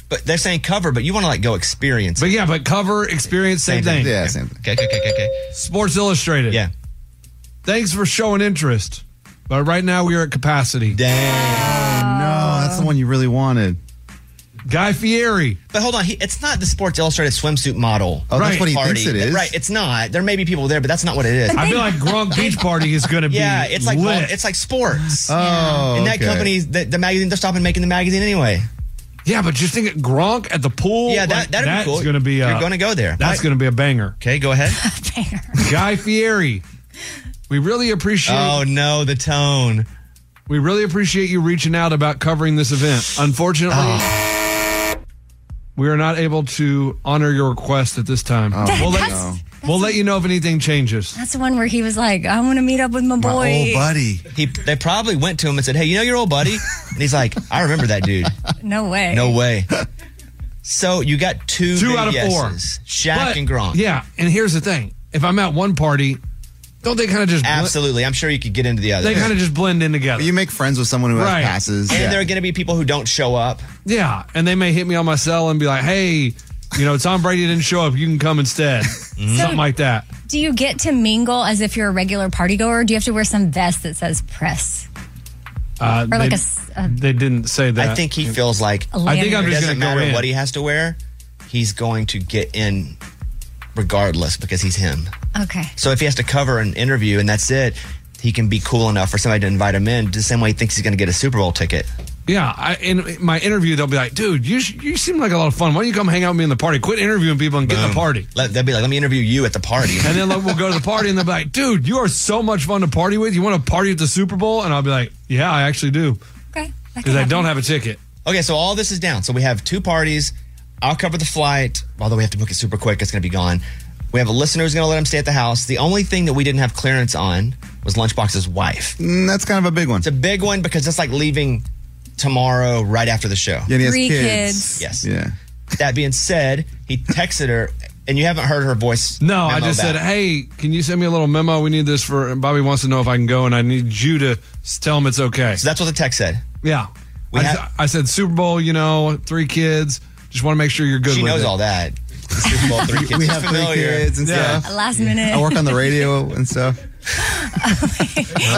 But they're saying cover, but you want to like go experience.
But yeah, but cover, experience, same,
Same
thing.
thing. Yeah, same thing. Okay, okay, okay, okay, okay.
Sports Illustrated.
Yeah.
Thanks for showing interest. But right now we are at capacity.
Damn. no, that's the one you really wanted.
Guy Fieri.
But hold on, he, it's not the Sports Illustrated swimsuit model.
Oh, that's Right. what he
party.
thinks it is.
Right, it's not. There may be people there, but that's not what it is.
I feel like Gronk Beach Party is going to be
yeah, it's like
lit.
it's like sports.
Oh,
Yeah. and that
okay.
company, the, the magazine, they're stopping making the magazine anyway.
Yeah, but just think of Gronk at the pool.
Yeah, that
like,
that'd
that's
be cool.
going to be. A,
You're going to go there.
That's
Right.
going to be a banger.
Okay, go ahead.
Guy Fieri, we really appreciate.
Oh no, the tone.
We really appreciate you reaching out about covering this event. Unfortunately,
Oh.
we are not able to honor your request at this time.
Oh.
That-
we'll let,
that's-
we'll let you know if anything changes.
That's the one where he was like, I want to meet up with my, boy.
He, they probably went to him and said, "Hey, you know your old buddy?" And he's like, "I remember that dude.
No way.
No way." So you got two,
Two
big
out of four.
yeses. Shaq
But-
and Gronk.
Yeah, and here's the thing: if I'm at one party, don't they kind of just bl-
Absolutely, I'm sure you could get into the other.
They kind of just blend in together.
You make friends with someone who has
Right.
passes.
And
Yeah.
there are going to be people who don't show up.
Yeah, and they may hit me on my cell and be like, "Hey, you know, Tom Brady didn't show up. You can come instead."
Mm-hmm.
Something like that.
Do you get to mingle as if you're a regular party goer? Or do you have to wear some vest that says press?
Uh,
Or like
they,
a s- a-
they didn't say that.
I think he feels like
A I think I'm lantern.
it
just
doesn't
gonna go
matter
in.
what he has to wear. He's going to get in regardless because he's him.
Okay.
So if he has to cover an interview and that's it, he can be cool enough for somebody to invite him in. The same way he thinks he's going to get a Super Bowl ticket.
Yeah, I, in my interview, they'll be like, "Dude, you sh- you seem like a lot of fun. Why don't you come hang out with me in the party? Quit interviewing people and get in the party."
Um, Let, they'll be like, "Let me interview you at the party."
And then like, we'll go to the party, and they'll be like, "Dude, you are so much fun to party with. You want to party at the Super Bowl?" And I'll be like, "Yeah, I actually do,
Okay. that
because
can
I
happen.
don't have a ticket."
Okay, so all this is down. So we have two parties. I'll cover the flight, although we have to book it super quick. It's going to be gone. We have a listener who's going to let him stay at the house. The only thing that we didn't have clearance on was Lunchbox's wife.
Mm, that's kind of a big one.
It's a big one because it's like leaving tomorrow right after the show.
Yeah, and he has Three kids. kids.
Yes.
Yeah.
That being said, he texted her, and you haven't heard her voice.
No, I
memo
just said,
back.
"Hey, can you send me a little memo? We need this for." And Bobby wants to know if I can go, and I need you to s- tell him it's okay. So
that's what the text said.
Yeah,
We
I,
have-
s- I said Super Bowl. You know, three kids. Just want to make sure you're good.
She
with
knows
it.
all that. The Super Bowl three kids.
we
She's
have three
familiar.
kids and
Yeah.
stuff.
Last minute.
I work on the radio and stuff.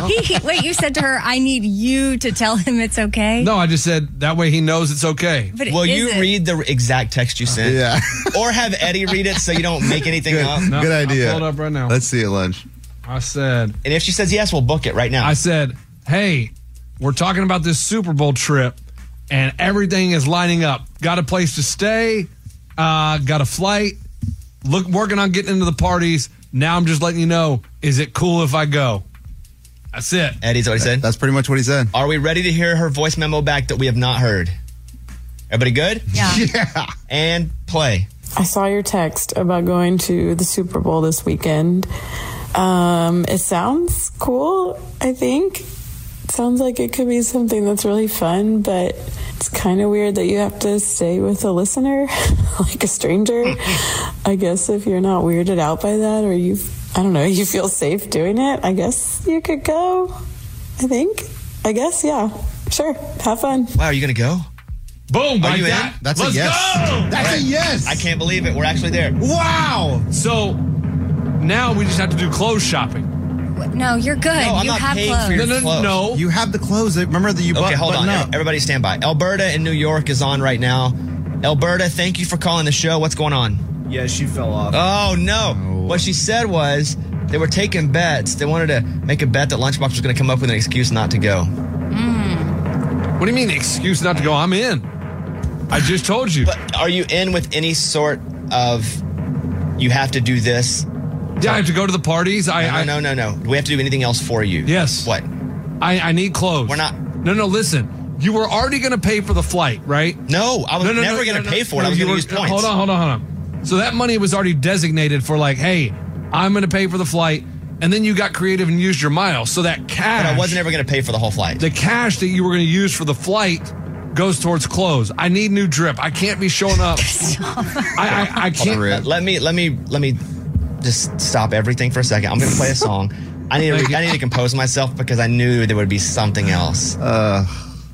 He- he- wait, you said to her, I need you to tell him it's okay?
No, I just said that way he knows it's okay.
But it
Will you
isn't.
read the exact text you sent?
Yeah.
or have Eddie read it so you don't make anything
Good,
up?
good idea.
pull it up right now.
Let's see at lunch.
I said,
And if she says yes, we'll book it right now.
I said, hey, we're talking about this Super Bowl trip, and everything is lining up. Got a place to stay, uh, got a flight. Look, working on getting into the parties. Now I'm just letting you know. Is it cool if I go? That's it.
Eddie's already said.
That's pretty much what he said.
Are we ready to hear her voice memo back that we have not heard? Everybody good?
Yeah.
yeah.
And play.
I saw your text about going to the Super Bowl this weekend. Um, it sounds cool, I think. It sounds like it could be something that's really fun, but it's kind of weird that you have to stay with a listener, like a stranger. I guess if you're not weirded out by that or you, I don't know, you feel safe doing it, I guess you could go. I think. I guess, yeah. Sure. Have fun.
Wow, are you going to go?
Boom!
Are
like
you in?
that.
That's a
Let's
yes.
go!
That's a yes.
I can't believe it. We're actually there.
Wow.
So now we just have to do clothes shopping.
No, you're good.
No, I'm
you
not
have
paying
clothes.
for your
No, no,
clothes.
no.
You have the clothes. Remember that you bought
Okay, hold on.
button up.
Ev- Everybody stand by. Alberta in New York is on right now. Alberta, thank you for calling the show. What's going on?
Yeah, she fell off.
Oh, no. What she said was,
They were taking bets. They wanted to make a bet that Lunchbox was going to come up with an excuse not to go.
Hmm. What do you mean excuse not to go? I'm in. I just told you.
But are you in with any sort of you have to do this?
Yeah, I have to go to the parties. I
no, no, no, no. Do we have to do anything else for you?
Yes.
What?
I, I need clothes. We're
not.
No, no. Listen, you were already going to pay for the flight, right?
No, I was never gonna pay for it. I was
you
gonna
were-
use points.
Hold on, hold on, hold on. So that money was already designated for like, hey, I'm going to pay for the flight, and then you got creative and used your miles. So that cash.
But I wasn't ever going to pay for the whole flight.
The cash that you were going to use for the flight goes towards clothes. I need new drip. I can't be showing up. I, I, I can't.
Let me let me let me just stop everything for a second. I'm going to play a song. I need to, I need to compose myself because I knew there would be something else. Uh,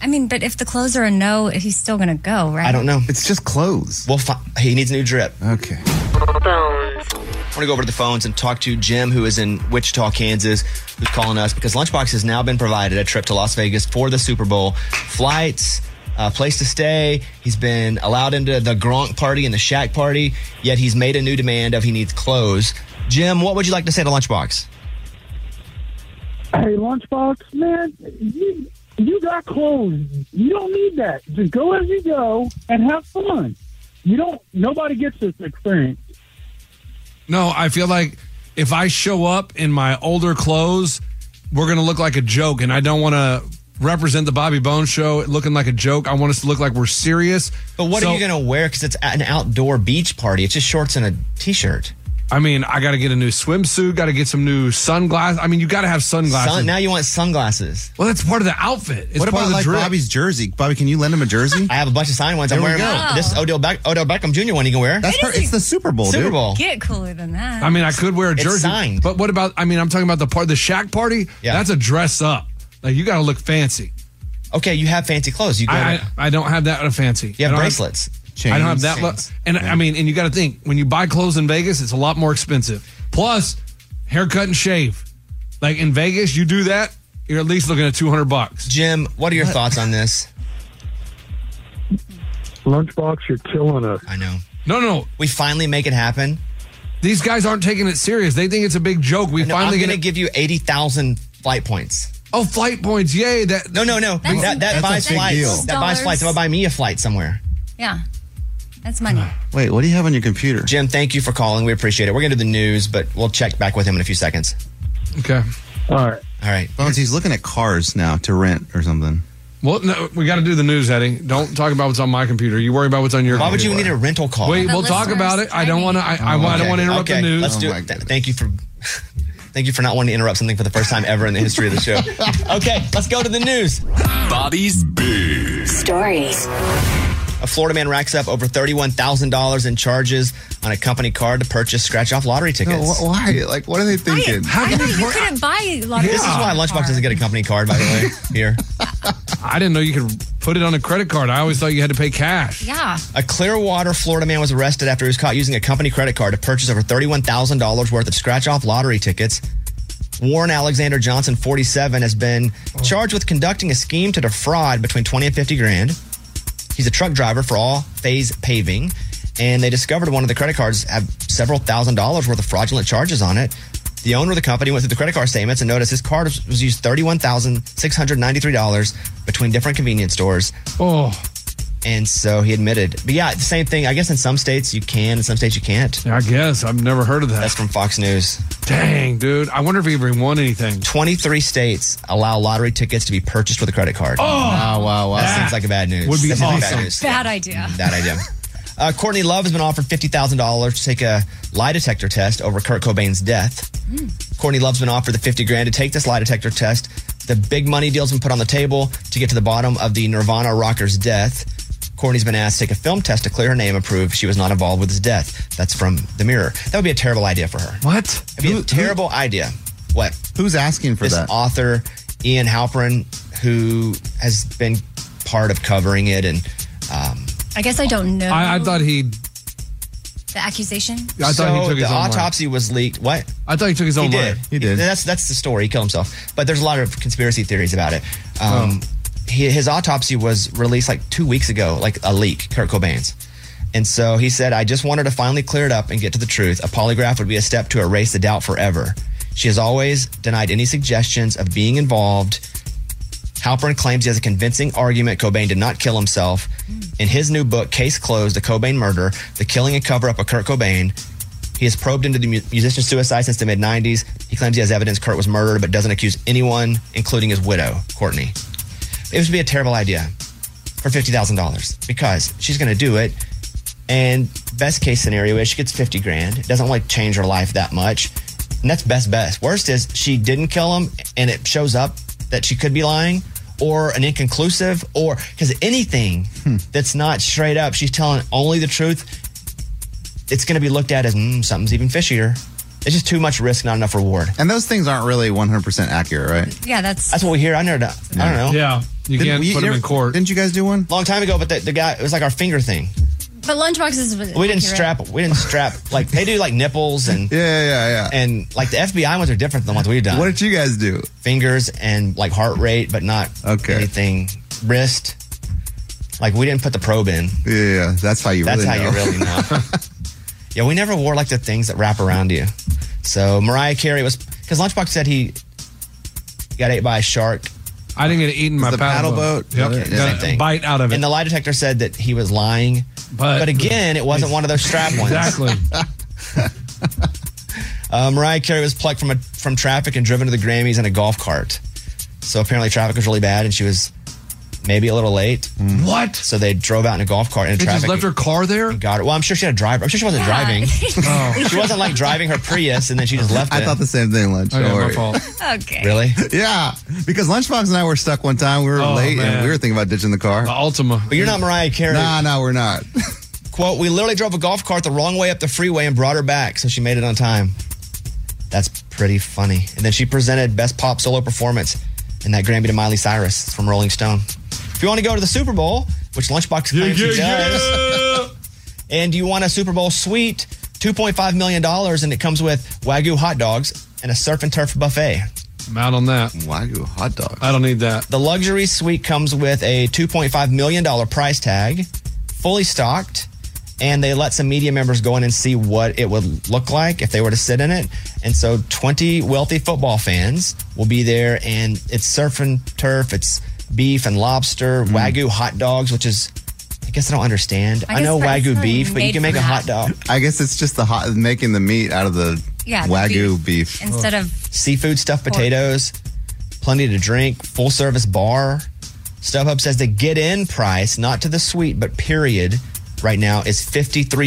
I mean, but if the clothes are a no, he's still going to go, right?
I don't know. It's just clothes. Well, fi- he needs a new drip. Okay. I want to go over to the phones and talk to Jim, who is in Wichita, Kansas, who's calling us because Lunchbox has now been provided a trip to Las Vegas for the Super Bowl. Flights, a place to stay. He's been allowed into the Gronk party and the Shack party, yet he's made a new demand of he needs clothes. Jim, what would you like to say to Lunchbox?
Hey, Lunchbox, man, you, you got clothes. You don't need that. Just go as you go and have fun. You don't, nobody gets this experience.
No, I feel like if I show up in my older clothes, we're going to look like a joke, and I don't want to represent the Bobby Bones show looking like a joke. I want us to look like we're serious.
But what are you going to wear? Because it's an outdoor beach party. It's just shorts and a t-shirt.
I mean, I got to get a new swimsuit. Got to get some new sunglasses. I mean, you got to have sunglasses.
Sun- now you want sunglasses.
Well, that's part of the outfit. It's
what
part
about
of the
like
drip.
Bobby's jersey? Bobby, can you lend him a jersey?
I have a bunch of signed ones. I'm wearing this Odell, Beck- Odell Beckham Jr. one you can wear.
That's per- it's the Super Bowl.
Super
dude.
Bowl.
Get cooler than that.
I mean, I could wear a
It's
jersey.
signed.
But what about? I mean, I'm talking about the part the Shack party. Yeah, that's a dress up. Like you got to look fancy.
Okay, you have fancy clothes. You go
I,
to-
I, I don't have that fancy.
You have
I don't
bracelets.
I don't
Chains.
have that. Lo-
Chains.
and I mean, and you got to think when you buy clothes in Vegas, it's a lot more expensive. Plus, haircut and shave. Like in Vegas, you do that, you're at least looking at 200 bucks.
Jim, what are your thoughts on this?
Lunchbox, you're killing us.
I know.
No, no.
We finally make it happen.
These guys aren't taking it serious. They think it's a big joke. We
No,
finally
I'm
get
going to
it-
give you 80,000 flight points.
Oh, flight points. Yay. That
No, no, no.
That's-
that that
that's
buys
a big
flights.
deal.
That buys
Dollars.
flights. That would buy me a flight somewhere.
Yeah. That's money.
Wait, what do you have on your computer? Jim, thank you for calling. We appreciate it. We're going to do the news, but we'll check back with him in a few seconds.
Okay.
All right.
All right.
Bones, he's looking at cars now to rent or something.
Well, no, we got to do the news, Eddie. Don't talk about what's on my computer. You worry about what's on your.
Why would
computer.
you need a rental car? Oh,
Wait, we'll talk about it. I don't want to. I, I, I don't want to interrupt
Okay,
the news.
Let's do it. Th- thank you for. Thank you for not wanting to interrupt something for the first time ever in the history of the show. okay, let's go to the news.
Bobby's Big
Stories. A Florida man racks up over $31,000 in charges on a company card to purchase scratch off lottery tickets.
No, wh- why? Like, what are they thinking?
I know you couldn't buy lottery.
This is why Lunchbox doesn't get a company card, by the way, here.
I didn't know you could put it on a credit card. I always thought you had to pay cash.
Yeah.
A Clearwater, Florida man was arrested after he was caught using a company credit card to purchase over $31,000 worth of scratch off lottery tickets. Warren Alexander Johnson, 47, has been
Oh.
charged with conducting a scheme to defraud between 20 and 50 grand. He's a truck driver for all phase paving, and they discovered one of the credit cards had several thousand dollars worth of fraudulent charges on it. The owner of the company went through the credit card statements and noticed his card was was used $31,693 between different convenience stores.
Oh.
And so he admitted. But yeah, the same thing. I guess in some states you can, in some states you can't.
I guess. I've never heard of that. That's
from Fox News.
Dang, dude. I wonder if he even won anything.
23 states allow lottery tickets to be purchased with a credit card.
Oh.
wow, wow, wow. That
That
seems like a bad news.
would be
That seems like
awesome.
Bad news.
Bad idea.
That idea. Uh, Courtney Love has been offered $50,000 to take a lie detector test over Kurt Cobain's death. Courtney Love's been offered the 50 grand to take this lie detector test. The big money deal's been put on the table to get to the bottom of the Nirvana rocker's death. Courtney's been asked to take a film test to clear her name and prove she was not involved with his death. That's from The Mirror. That would be a terrible idea for her.
What?
It'd be a terrible idea. What?
Who's asking for
this
that?
author, Ian Halperin, who has been part of covering it and um,
I guess I don't know.
I- I thought
he
the accusation.
so the autopsy was leaked. What?
I thought he took his own
he did.
life.
He did. That's that's the story. He killed himself. But there's a lot of conspiracy theories about it.
Oh.
Um, he, his autopsy was released like two weeks ago, like a leak. Kurt Cobain's. And so he said, I just wanted to finally clear it up and get to the truth. A polygraph would be a step to erase the doubt forever. She has always denied any suggestions of being involved. Halpern claims he has a convincing argument Cobain did not kill himself. In his new book, Case Closed The Cobain Murder, The Killing and Cover Up of Kurt Cobain, he has probed into the mu- musician's suicide since the mid 90s. He claims he has evidence Kurt was murdered, but doesn't accuse anyone, including his widow, Courtney. It would be a terrible idea for $50,000 because she's going to do it. And best case scenario is she gets 50 grand. It doesn't like change her life that much. And that's best, best. Worst is she didn't kill him and it shows up that she could be lying or an inconclusive or because anything that's not straight up, she's telling only the truth. It's going to be looked at as mm, something's even fishier. It's just too much risk, not enough reward.
And those things aren't really 100% accurate, right?
Yeah, that's
That's what we hear. I never. done- I don't know.
Yeah,
you Didn't can't we- put 'em in never-
court.
Didn't you guys do one
long time ago? But the, the guy, it was like our finger thing.
But lunchboxes. is
We didn't
accurate.
strap. We didn't strap. Like they do, like nipples and yeah,
yeah, yeah.
And like the FBI ones are different than the ones we've done. What
did you guys do?
Fingers and like heart rate, but not okay. anything wrist. Like we didn't put the probe in.
Yeah, that's how you.
That's
really know.
how you really know. yeah, we never wore like the things that wrap around you. So Mariah Carey was because Lunchbox said he got ate by a shark.
I didn't get eaten by
the
paddle boat. Yep.
Okay,
Got
same
a
thing.
bite out of it.
And the lie detector said that he was lying, but, again, it wasn't one of those strap ones.
Exactly.
Uh, Mariah Carey was plucked from a, from traffic and driven to the Grammys in a golf cart. So apparently traffic was really bad, and she was maybe a little late.
Hmm. What?
So they drove out in a golf cart and
They just
traffic.
left her car there.
Got it. Well, I'm sure she had a driver. I'm sure she wasn't
Yeah.
driving.
Oh.
She wasn't like driving her Prius and then she just left
I
it.
thought the same thing, Lunch.
Okay,
Don't
my
worry.
fault.
Okay.
Really?
yeah, because Lunchbox and I were stuck one time. We were
Oh,
late
man.
and we were thinking about ditching the car. The
Ultima.
But you're not Mariah Carey.
Nah, no, we're not.
Quote, we literally drove a golf cart the wrong way up the freeway and brought her back, so she made it on time. That's pretty funny. And then she presented Best Pop Solo Performance in that Grammy to Miley Cyrus from Rolling Stone. If you want to go to the Super Bowl, which Lunchbox claims she does, and you want a Super Bowl suite, $2.5 million, and it comes with Wagyu hot dogs and a surf and turf buffet.
I'm out on that.
Wagyu hot dogs.
I don't need that.
The luxury suite comes with a $2.5 million price tag, fully stocked, and they let some media members go in and see what it would look like if they were to sit in it. And so 20 wealthy football fans will be there, and it's surf and turf, it's beef and
Mm.
lobster, Wagyu hot dogs, which is, I guess I don't understand.
I
I,
guess
know
that's
Wagyu
not
beef, but you
made
can make
for
a hot
that.
dog.
I guess it's just the hot making the meat out of the
Yeah, the
wagyu beef.
Instead of
seafood, stuffed potatoes, plenty to drink, full service bar. StubHub says the get in price, not to the suite, but period, right now is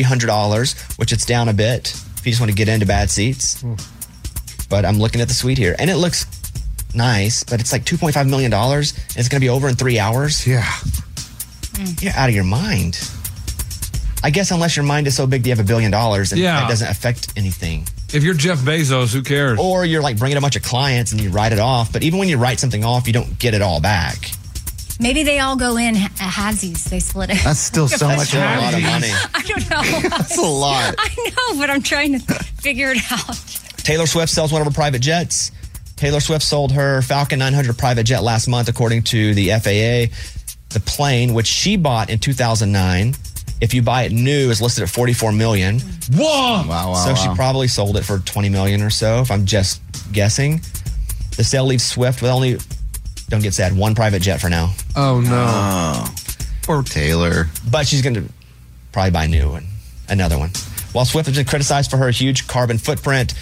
$5,300, which it's down a bit if you just want to get into bad seats. But I'm looking at the suite here and it looks nice, but it's like $2.5 million and it's going to be over in three hours.
Yeah.
Mm.
You're out of your mind. I guess unless your mind is so big you have a billion dollars and
Yeah.
that doesn't affect anything.
If you're Jeff Bezos, who cares?
Or you're like bringing a bunch of clients and you write it off. But even when you write something off, you don't get it all back.
maybe they all go in ha- halvesies. They split it.
That's still so That's much still a money. lot of money.
I don't know. That's
a lot.
I know, but I'm trying to figure it out.
Taylor Swift sells one of her private jets. Taylor Swift sold her Falcon 900 private jet last month, according to the FAA. The plane, which she bought in 2009, if you buy it new, is listed at 44 million.
Whoa!
Wow,
so she probably sold it for 20 million or so, if I'm just guessing. The sale leaves Swift with only, don't get sad, one private jet for now.
Oh no.
poor Taylor.
But she's going to probably buy a new one, another one. While Swift has been criticized for her huge carbon footprint,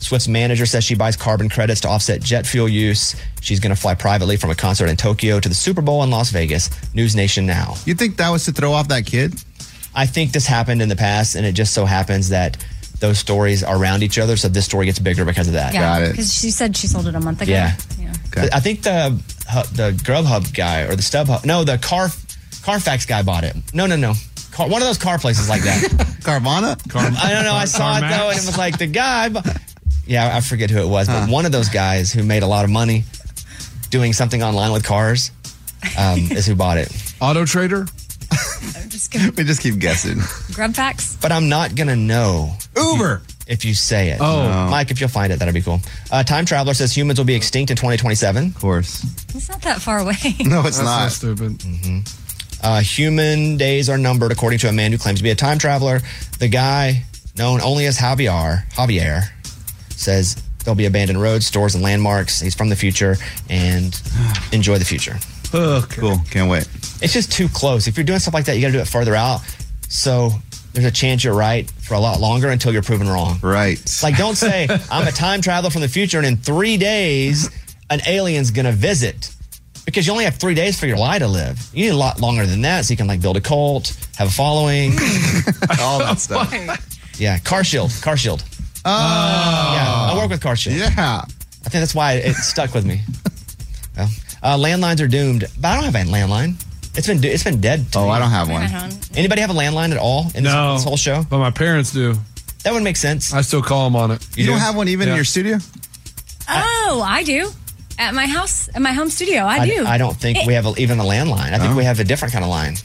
Swift's manager says she buys carbon credits to offset jet fuel use. She's going to fly privately from a concert in Tokyo to the Super Bowl in Las Vegas. News Nation now.
You think that was to throw off that kid?
I think this happened in the past, and it just so happens that those stories are around each other. So this story gets bigger because of that.
Because she said she sold it a month ago.
Yeah. But I think the hu- the Grubhub guy or the StubHub. No, the Car Carfax guy bought it. No, no, no. Car, one of those car places like that.
Carvana.
I don't know. I saw it though, and it was like the guy. bu- Yeah, I forget who it was, but one of those guys who made a lot of money doing something online with cars um, is who bought it.
Auto Trader.
we just keep guessing.
Grub facts.
But I'm not gonna know
Uber
if you say it.
Oh. No.
Mike, if you'll find it, that'd be cool. Uh, Time traveler says humans will be extinct in 2027. Of
course.
It's not that far away.
stupid.
Uh, human days are numbered, according to a man who claims to be a time traveler. The guy known only as Javier, Javier, says There'll be abandoned roads, stores, and landmarks. He's from the future, and enjoy the future.
Cool. Can't wait.
It's just too close. If you're doing stuff like that, you got to do it further out. So there's a chance you're right for a lot longer until you're proven wrong.
Right.
Like, don't say, I'm a time traveler from the future, and in three days, an alien's going to visit. Because you only have three days for your lie to live. You need a lot longer than that so you can, like, build a cult, have a following, all that stuff. Yeah, Car Shield. Car Shield. Oh. Yeah, I work with Car Shield. Yeah. I think that's why it stuck with me. Well, uh, landlines are doomed, but I don't have a landline. It's been it's been dead. To oh, I don't have
one. I don't.
Anybody have a landline at all in this,
No.
this whole show?
But my parents do.
That would make sense.
I still call them on it.
You You don't do? have one even in your
studio?
Oh, I do. At my house, at my home studio, I do.
I, don't think
It-
we have a, even a landline. I think we have a different kind of line.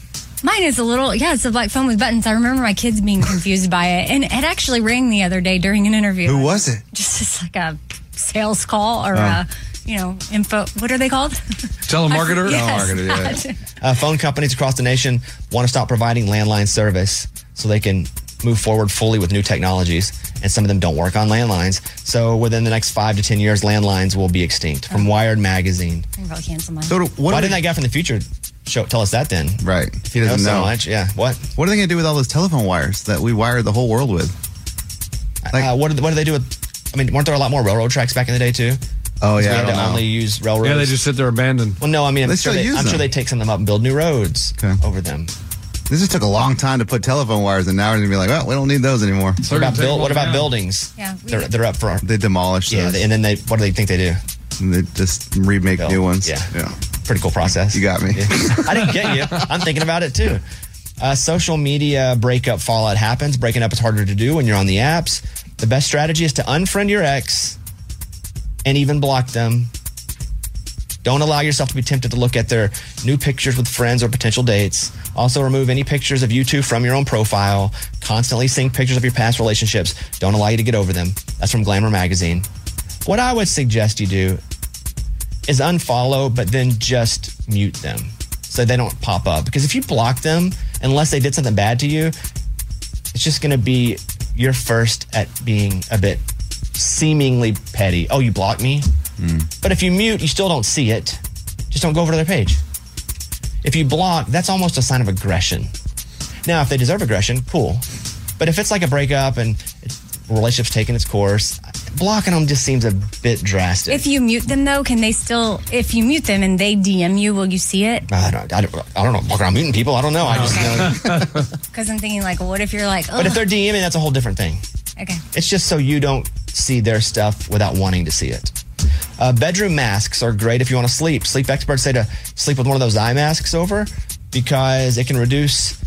Mine is a little, yeah, it's a black phone with buttons. I remember my kids being confused by it. And it actually rang the other day during an interview.
Who was it?
Just as like a sales call or
Oh.
a, you know, info, what are they called? Telemarketer? Yes, Telemarketer, yeah.
Uh, phone companies across the nation want to stop providing landline service so they can move forward fully with new technologies. And some of them don't work on landlines. So within the next five to 10 years, landlines will be extinct
Oh.
from Wired Magazine.
I can probably cancel mine.
So Why didn't that guy from the future show, tell us that then?
Right. If he
knows
doesn't
so
know.
much, yeah. What?
What are they going to do with all those telephone wires that we wired the whole world with?
Like, uh, what, do, what do they do with? I mean, weren't there a lot more railroad tracks back in the day too?
Oh,
Because
yeah, I
we had
don't
to
know.
only use railroads.
Yeah, they just sit there abandoned.
Well, no, I mean, I'm,
They
sure
still
they,
use
I'm sure
them.
they take some of them up and build new roads over them.
This just took a long time to put telephone wires in. Now we're going to be like, well, we don't need those anymore.
What about, build, what about buildings?
Yeah, we-
they're, they're up for.
They demolish
Yeah,
those.
and then they what do they think they do?
And they just remake new ones.
Yeah.
yeah.
Pretty cool process.
You got me.
I didn't get you. I'm thinking about it too. Uh, social media breakup fallout happens. Breaking up is harder to do when you're on the apps. The best strategy is to unfriend your ex and even block them. Don't allow yourself to be tempted to look at their new pictures with friends or potential dates. Also, remove any pictures of you two from your own profile. Constantly seeing pictures of your past relationships. Don't allow you to get over them. That's from Glamour Magazine. What I would suggest you do is unfollow, but then just mute them so they don't pop up. Because if you block them, unless they did something bad to you, it's just going to be your first at being a bit seemingly petty. Oh, you blocked me? But if you mute, you still don't see it. Just don't go over to their page. If you block, that's almost a sign of aggression. Now, if they deserve aggression, cool. But if it's like a breakup and it's- relationship's taking its course, blocking them just seems a bit drastic.
If you mute them though, can they still, if you mute them and they DM you, will you see it?
I don't, I don't, I don't know. Fuck, I'm muting people. I don't know. I just know.
Because I'm thinking like, what if you're like, oh,
but if they're DMing, that's a whole different thing.
okay.
It's just so you don't see their stuff without wanting to see it. Uh, bedroom masks are great if you want to sleep. Sleep experts say to sleep with one of those eye masks over because it can reduce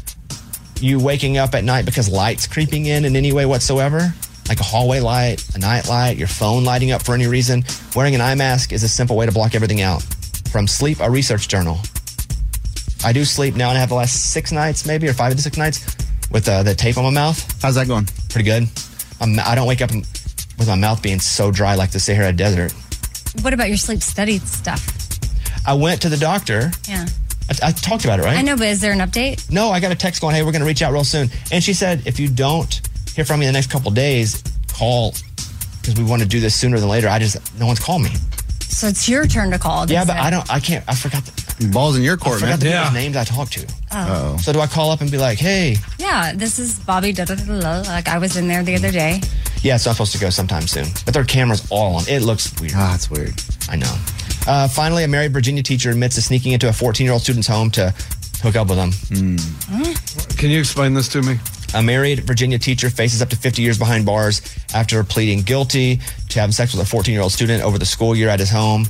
you waking up at night because light's creeping in in any way whatsoever, like a hallway light, a night light, your phone lighting up for any reason. Wearing an eye mask is a simple way to block everything out. From Sleep, a research journal. I do sleep now, and I have the last six nights, maybe, or five of the six nights, with uh, the tape on my mouth.
How's that going?
Pretty good. I'm, I don't wake up with my mouth being so dry like the Sahara Desert.
What about your sleep study stuff?
I went to the doctor.
Yeah.
I, I talked about it, right?
I know, but is there an update?
No, I got a text going, hey, we're going to reach out real soon. And she said, if you don't hear from me in the next couple days, call because we want to do this sooner than later. I just, no one's called me.
So it's your turn to call. they
yeah, but
said.
I don't, I can't, I forgot the,
Balls in your
I
court,
forgot
man.
the people's names I talked to.
Oh.
So do I call up and be like, hey,
Yeah, this is Bobby. Da, da, da, da, da. Like I was in there the other day.
yeah, so I'm supposed to go sometime soon. But their camera's all on. It looks weird. Ah,
it's weird.
I know. Uh, finally, a married Virginia teacher admits to sneaking into a 14 year old student's home to hook up with them.
Can you explain this to me?
A married Virginia teacher faces up to 50 years behind bars after pleading guilty to having sex with a 14 year old student over the school year at his home.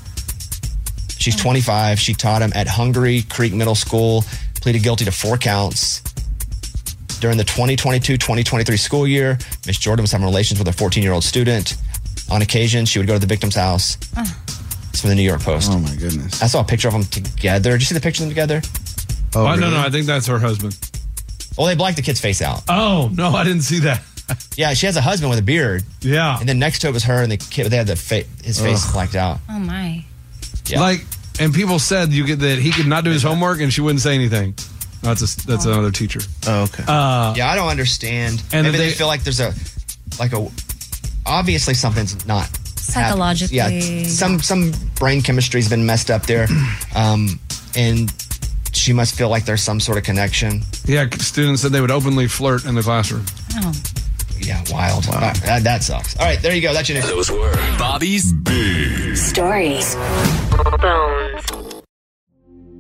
She's 25. She taught him at Hungary Creek Middle School, pleaded guilty to four counts. During the 2022 2023 school year, Miss Jordan was having relations with a 14 year old student. On occasion, she would go to the victim's house.
Oh.
It's from the New York Post. Oh,
my goodness.
I saw a picture of them together. Did you see the picture of them together?
Oh, no, no. I think that's her husband.
Well, they blacked the kid's face out.
Oh, no. I didn't see that.
Yeah, she has a husband with a beard.
Yeah.
And then next to it was her and the kid. They had the fa- his face
Ugh.
blacked out.
Oh my.
Yeah.
Like, and people said you could, that he could not do his homework and she wouldn't say anything. That's a, that's another teacher.
Oh, okay.
Uh,
yeah, I don't understand.
and
And Maybe
that
they,
they-
feel like there's a like a obviously something's not hap-
Psychologically,
yeah, some some brain chemistry's been messed up there, um, and she must feel like there's some sort of connection.
Yeah, students said they would openly flirt in the classroom.
Oh.
Yeah, wild. All right, that, that sucks. All right, there you go. That's your news. Those were Bobby's big
Stories.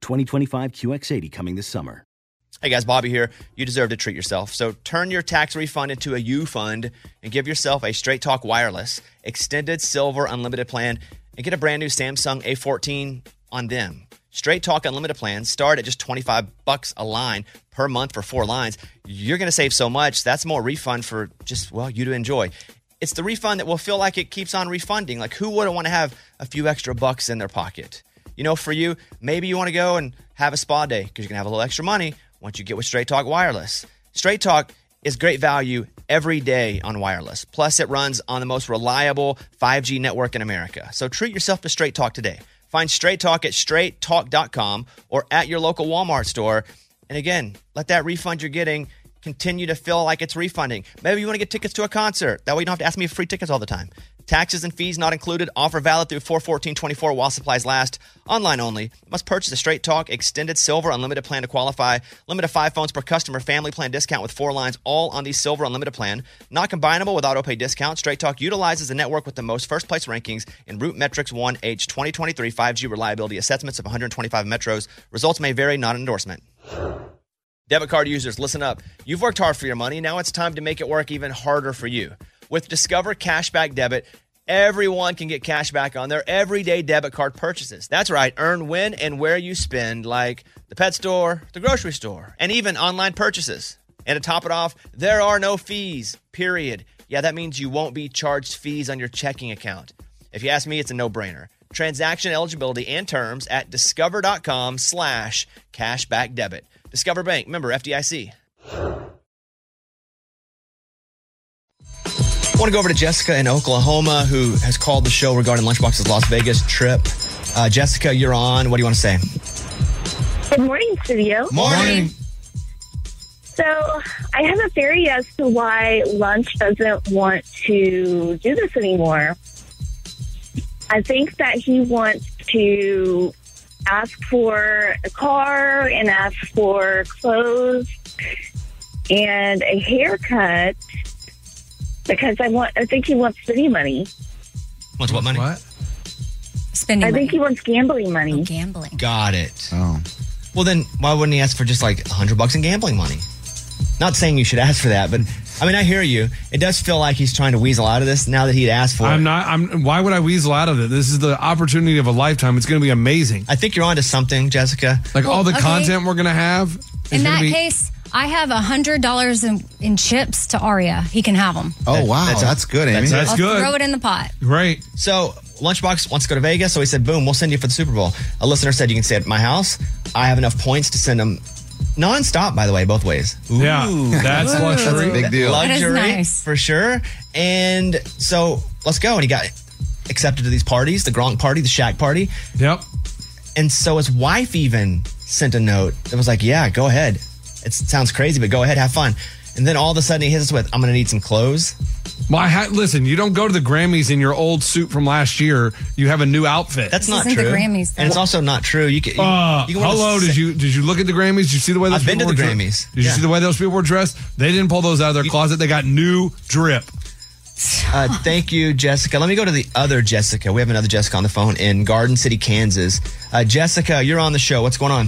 2025 QX80 coming this summer.
Hey guys, Bobby here. You deserve to treat yourself. So turn your tax refund into a U fund and give yourself a Straight Talk Wireless Extended Silver Unlimited plan and get a brand new Samsung A14 on them. Straight Talk Unlimited plans start at just 25 bucks a line per month for four lines. You're going to save so much. That's more refund for just, well, you to enjoy. It's the refund that will feel like it keeps on refunding. Like, who wouldn't want to have a few extra bucks in their pocket? You know, for you, maybe you want to go and have a spa day because you're going to have a little extra money once you get with Straight Talk Wireless. Straight Talk is great value every day on wireless. Plus, it runs on the most reliable 5G network in America. So treat yourself to Straight Talk today. Find Straight Talk at straighttalk.com or at your local Walmart store. And again, let that refund you're getting continue to feel like it's refunding. Maybe you want to get tickets to a concert. That way you don't have to ask me for free tickets all the time. Taxes and fees not included. Offer valid through 41424 while supplies last. Online only. Must purchase a Straight Talk Extended Silver Unlimited plan to qualify. Limit of five phones per customer. Family plan discount with four lines all on the Silver Unlimited plan. Not combinable with auto pay discount. Straight Talk utilizes the network with the most first place rankings in Root Metrics 1H 2023 5G reliability assessments of 125 metros. Results may vary, not an endorsement. Debit card users, listen up. You've worked hard for your money. Now it's time to make it work even harder for you. With Discover Cashback Debit, everyone can get cash back on their everyday debit card purchases. That's right, earn when and where you spend, like the pet store, the grocery store, and even online purchases. And to top it off, there are no fees, period. Yeah, that means you won't be charged fees on your checking account. If you ask me, it's a no brainer. Transaction eligibility and terms at discover.com slash cashback debit. Discover Bank, member FDIC. I want to go over to Jessica in Oklahoma who has called the show regarding Lunchbox's Las Vegas trip. Uh, Jessica, you're on. What do you want to say?
Good morning, studio.
Morning.
So, I have a theory as to why lunch doesn't want to do this anymore. I think that he wants to ask for a car and ask for clothes and a haircut because I want. I think he wants city money.
What's what money? What?
Spending. Oh,
I think he wants gambling money.
gambling.
Got it. Oh. Well, then why wouldn't he ask for just like 100 bucks in gambling money? Not saying you should ask for that, but I mean, I hear you. It does feel like he's trying to weasel out of this now that he'd asked for
I'm
it.
not. I'm. Why would I weasel out of it? This is the opportunity of a lifetime. It's going to be amazing.
I think you're onto something, Jessica.
Like all the
okay.
content we're going to have. is
In
gonna
that
be-
case, I have a hundred dollars in, in chips to Aria. He can have them.
Oh, wow. That's, good, Amy.
I'll Throw it in the pot.
Right. So Lunchbox wants to go to Vegas, so he said, "Boom, we'll send you for the Super Bowl." A listener said, "You can stay at my house. I have enough points to send him." Nonstop, by the way, both ways.
Yeah, that's Ooh. luxury. That's a big deal. That is
Luxury,
nice.
for sure. And so let's go. And he got accepted to these parties the Gronk party, the Shaq party.
Yep.
And so his wife even sent a note that was like, Yeah, go ahead. It sounds crazy, but go ahead, have fun. And then all of a sudden he hits us with, I'm going to need some clothes.
My hat. Listen, you don't go to the Grammys in your old suit from last year. You have a new outfit.
That's not true. and it's also not true. You can, you,
Uh,
you can wear the
hello.
sa-
Did you did you look at the Grammys? Did you see the way those
I've been
people
to the
were dre-
Grammys.
Did you
Yeah.
see the way those people were dressed? They didn't pull those out of their closet. They got new drip.
Uh, thank you, Jessica. Let me go to the other Jessica. We have another Jessica on the phone in Garden City, Kansas. Uh, Jessica, you're on the show. What's going on?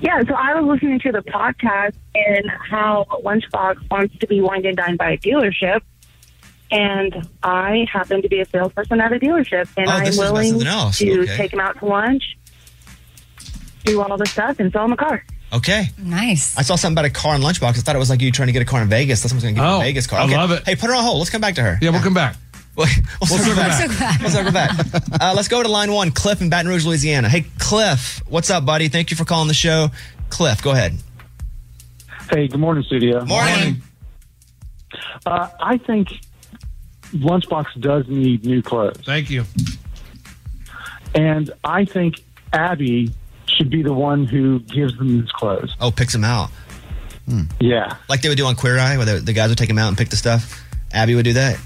Yeah, so I was listening to the podcast and how Lunchbox wants to be wined and dined by a dealership. And I happen to be a salesperson at a dealership, and
Oh,
I'm
this is about
willing
something else.
to
Okay.
take him out to lunch, do all the stuff, and sell him a car.
Okay.
Nice.
I saw something about a car in lunchbox. I thought it was like you trying to get a car in Vegas. That's what I was going to get you a Vegas car.
Oh, I
Okay.
love it.
Hey, put her on hold. Let's come back to her. Yeah,
we'll come back.
We'll,
We'll
circle
circle
back.
back.
We'll circle back. Uh, let's go to line one, Cliff in Baton Rouge, Louisiana. Hey, Cliff, what's up, buddy? Thank you for calling the show. Cliff, go ahead.
Hey, good morning, studio.
Morning.
Uh, I think Lunchbox does need new clothes.
Thank you.
And I think Abby should be the one who gives them his clothes.
Oh, picks him out. Hmm.
Yeah.
Like they would do on Queer Eye, where the, the guys would take him out and pick the stuff. Abby would do that.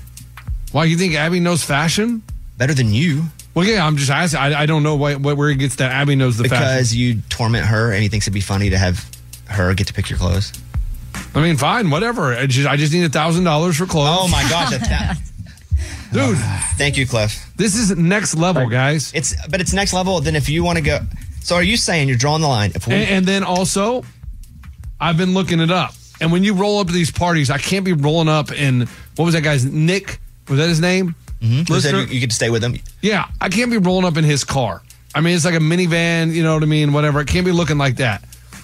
Why you think Abby knows fashion
better than you?
Well, yeah, I'm just asking. I, I don't know why, why, where he gets that. Abby knows the
because
fashion.
you torment her and he thinks it'd be funny to have her get to pick your clothes.
I mean, fine, whatever. I just, I just need a thousand dollars for clothes.
Oh my gosh, a ta-
dude!
Thank you, Cliff.
This is next level, guys.
It's but it's next level. Then if you want to go, so are you saying you're drawing the line? If we
And, and then also, I've been looking it up. And when you roll up to these parties, I can't be rolling up in what was that guy's Nick? Was that his name?
Mhm. Who said
Listener-
you, you could stay with him?
Yeah, I can't be rolling up in his car. I mean, it's like a minivan. You know what I mean? Whatever. It can't be looking like that.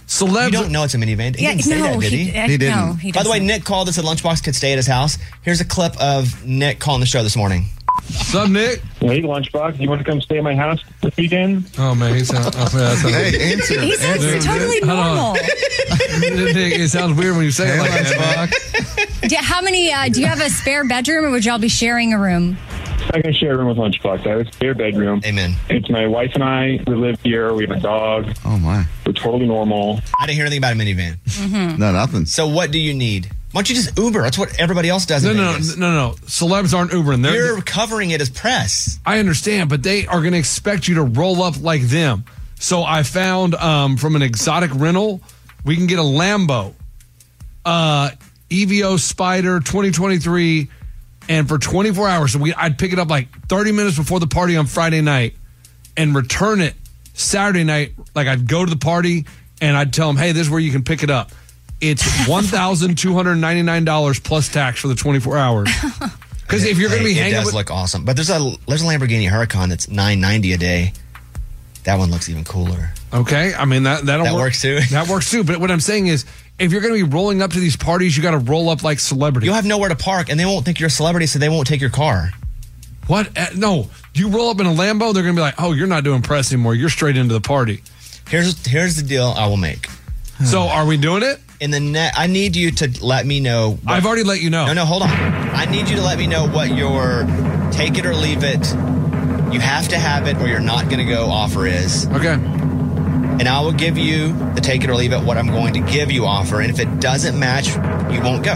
Celebs. You don't
know it's a minivan. He didn't say that, did he? By the way, Nick called us at Lunchbox could stay at his house. Here's a clip of Nick calling the show this morning.
What's up, Nick?
Hey, Lunchbox, you want to come stay at my house this weekend?
Oh man, he sounds. Oh, man, that sounds
Hey, answer. He sounds
Dude,
totally
hold on.
normal.
Nick, it sounds weird when you say it like that.
Do- how many uh, do you have a spare bedroom, or would y'all be sharing a room?
I can share a room with Lunchbox. I have a spare bedroom.
Amen.
It's my wife and I. We live here. We have a dog. Oh, my. We're totally normal.
I didn't hear anything about a minivan.
Mm.
Mm-hmm.
No, nothing. So what do you need? Why don't you just Uber? That's what everybody else does.
No,
in
no, no,
Vegas.
no, no. Celebs aren't Ubering. They're,
You're covering it as press.
I understand, but they are going to expect you to roll up like them. So I found um, from an exotic rental, we can get a Lambo, uh, EVO Spider 2023, and for 24 hours, so we I'd pick it up like 30 minutes before the party on Friday night, and return it Saturday night. Like I'd go to the party and I'd tell them, "Hey, this is where you can pick it up." It's one thousand two hundred ninety nine dollars plus tax for the 24 hours. Because if you're going to
Hey,
be
it
hanging
does
with,
look awesome. But there's a there's a Lamborghini Huracan that's 990 a day. That one looks even cooler.
Okay, I mean that that'll
That works too.
That works too. But what I'm saying is, if you're going to be rolling up to these parties, you got to roll up like celebrity.
You'll have nowhere to park, and they won't think you're a celebrity, so they won't take your car.
What? Uh, No, you roll up in a Lambo, they're going to be like, "Oh, you're not doing press anymore. You're straight into the party."
Here's here's the deal I will make.
So are we doing it?
In the net, I need you to let me know. what-
I've already let you know.
No, no, hold on. I need you to let me know what your take it or leave it. You have to have it, or you're not going to go. Offer is
okay.
And I will give you the take it or leave it. What I'm going to give you offer, and if it doesn't match, you won't go.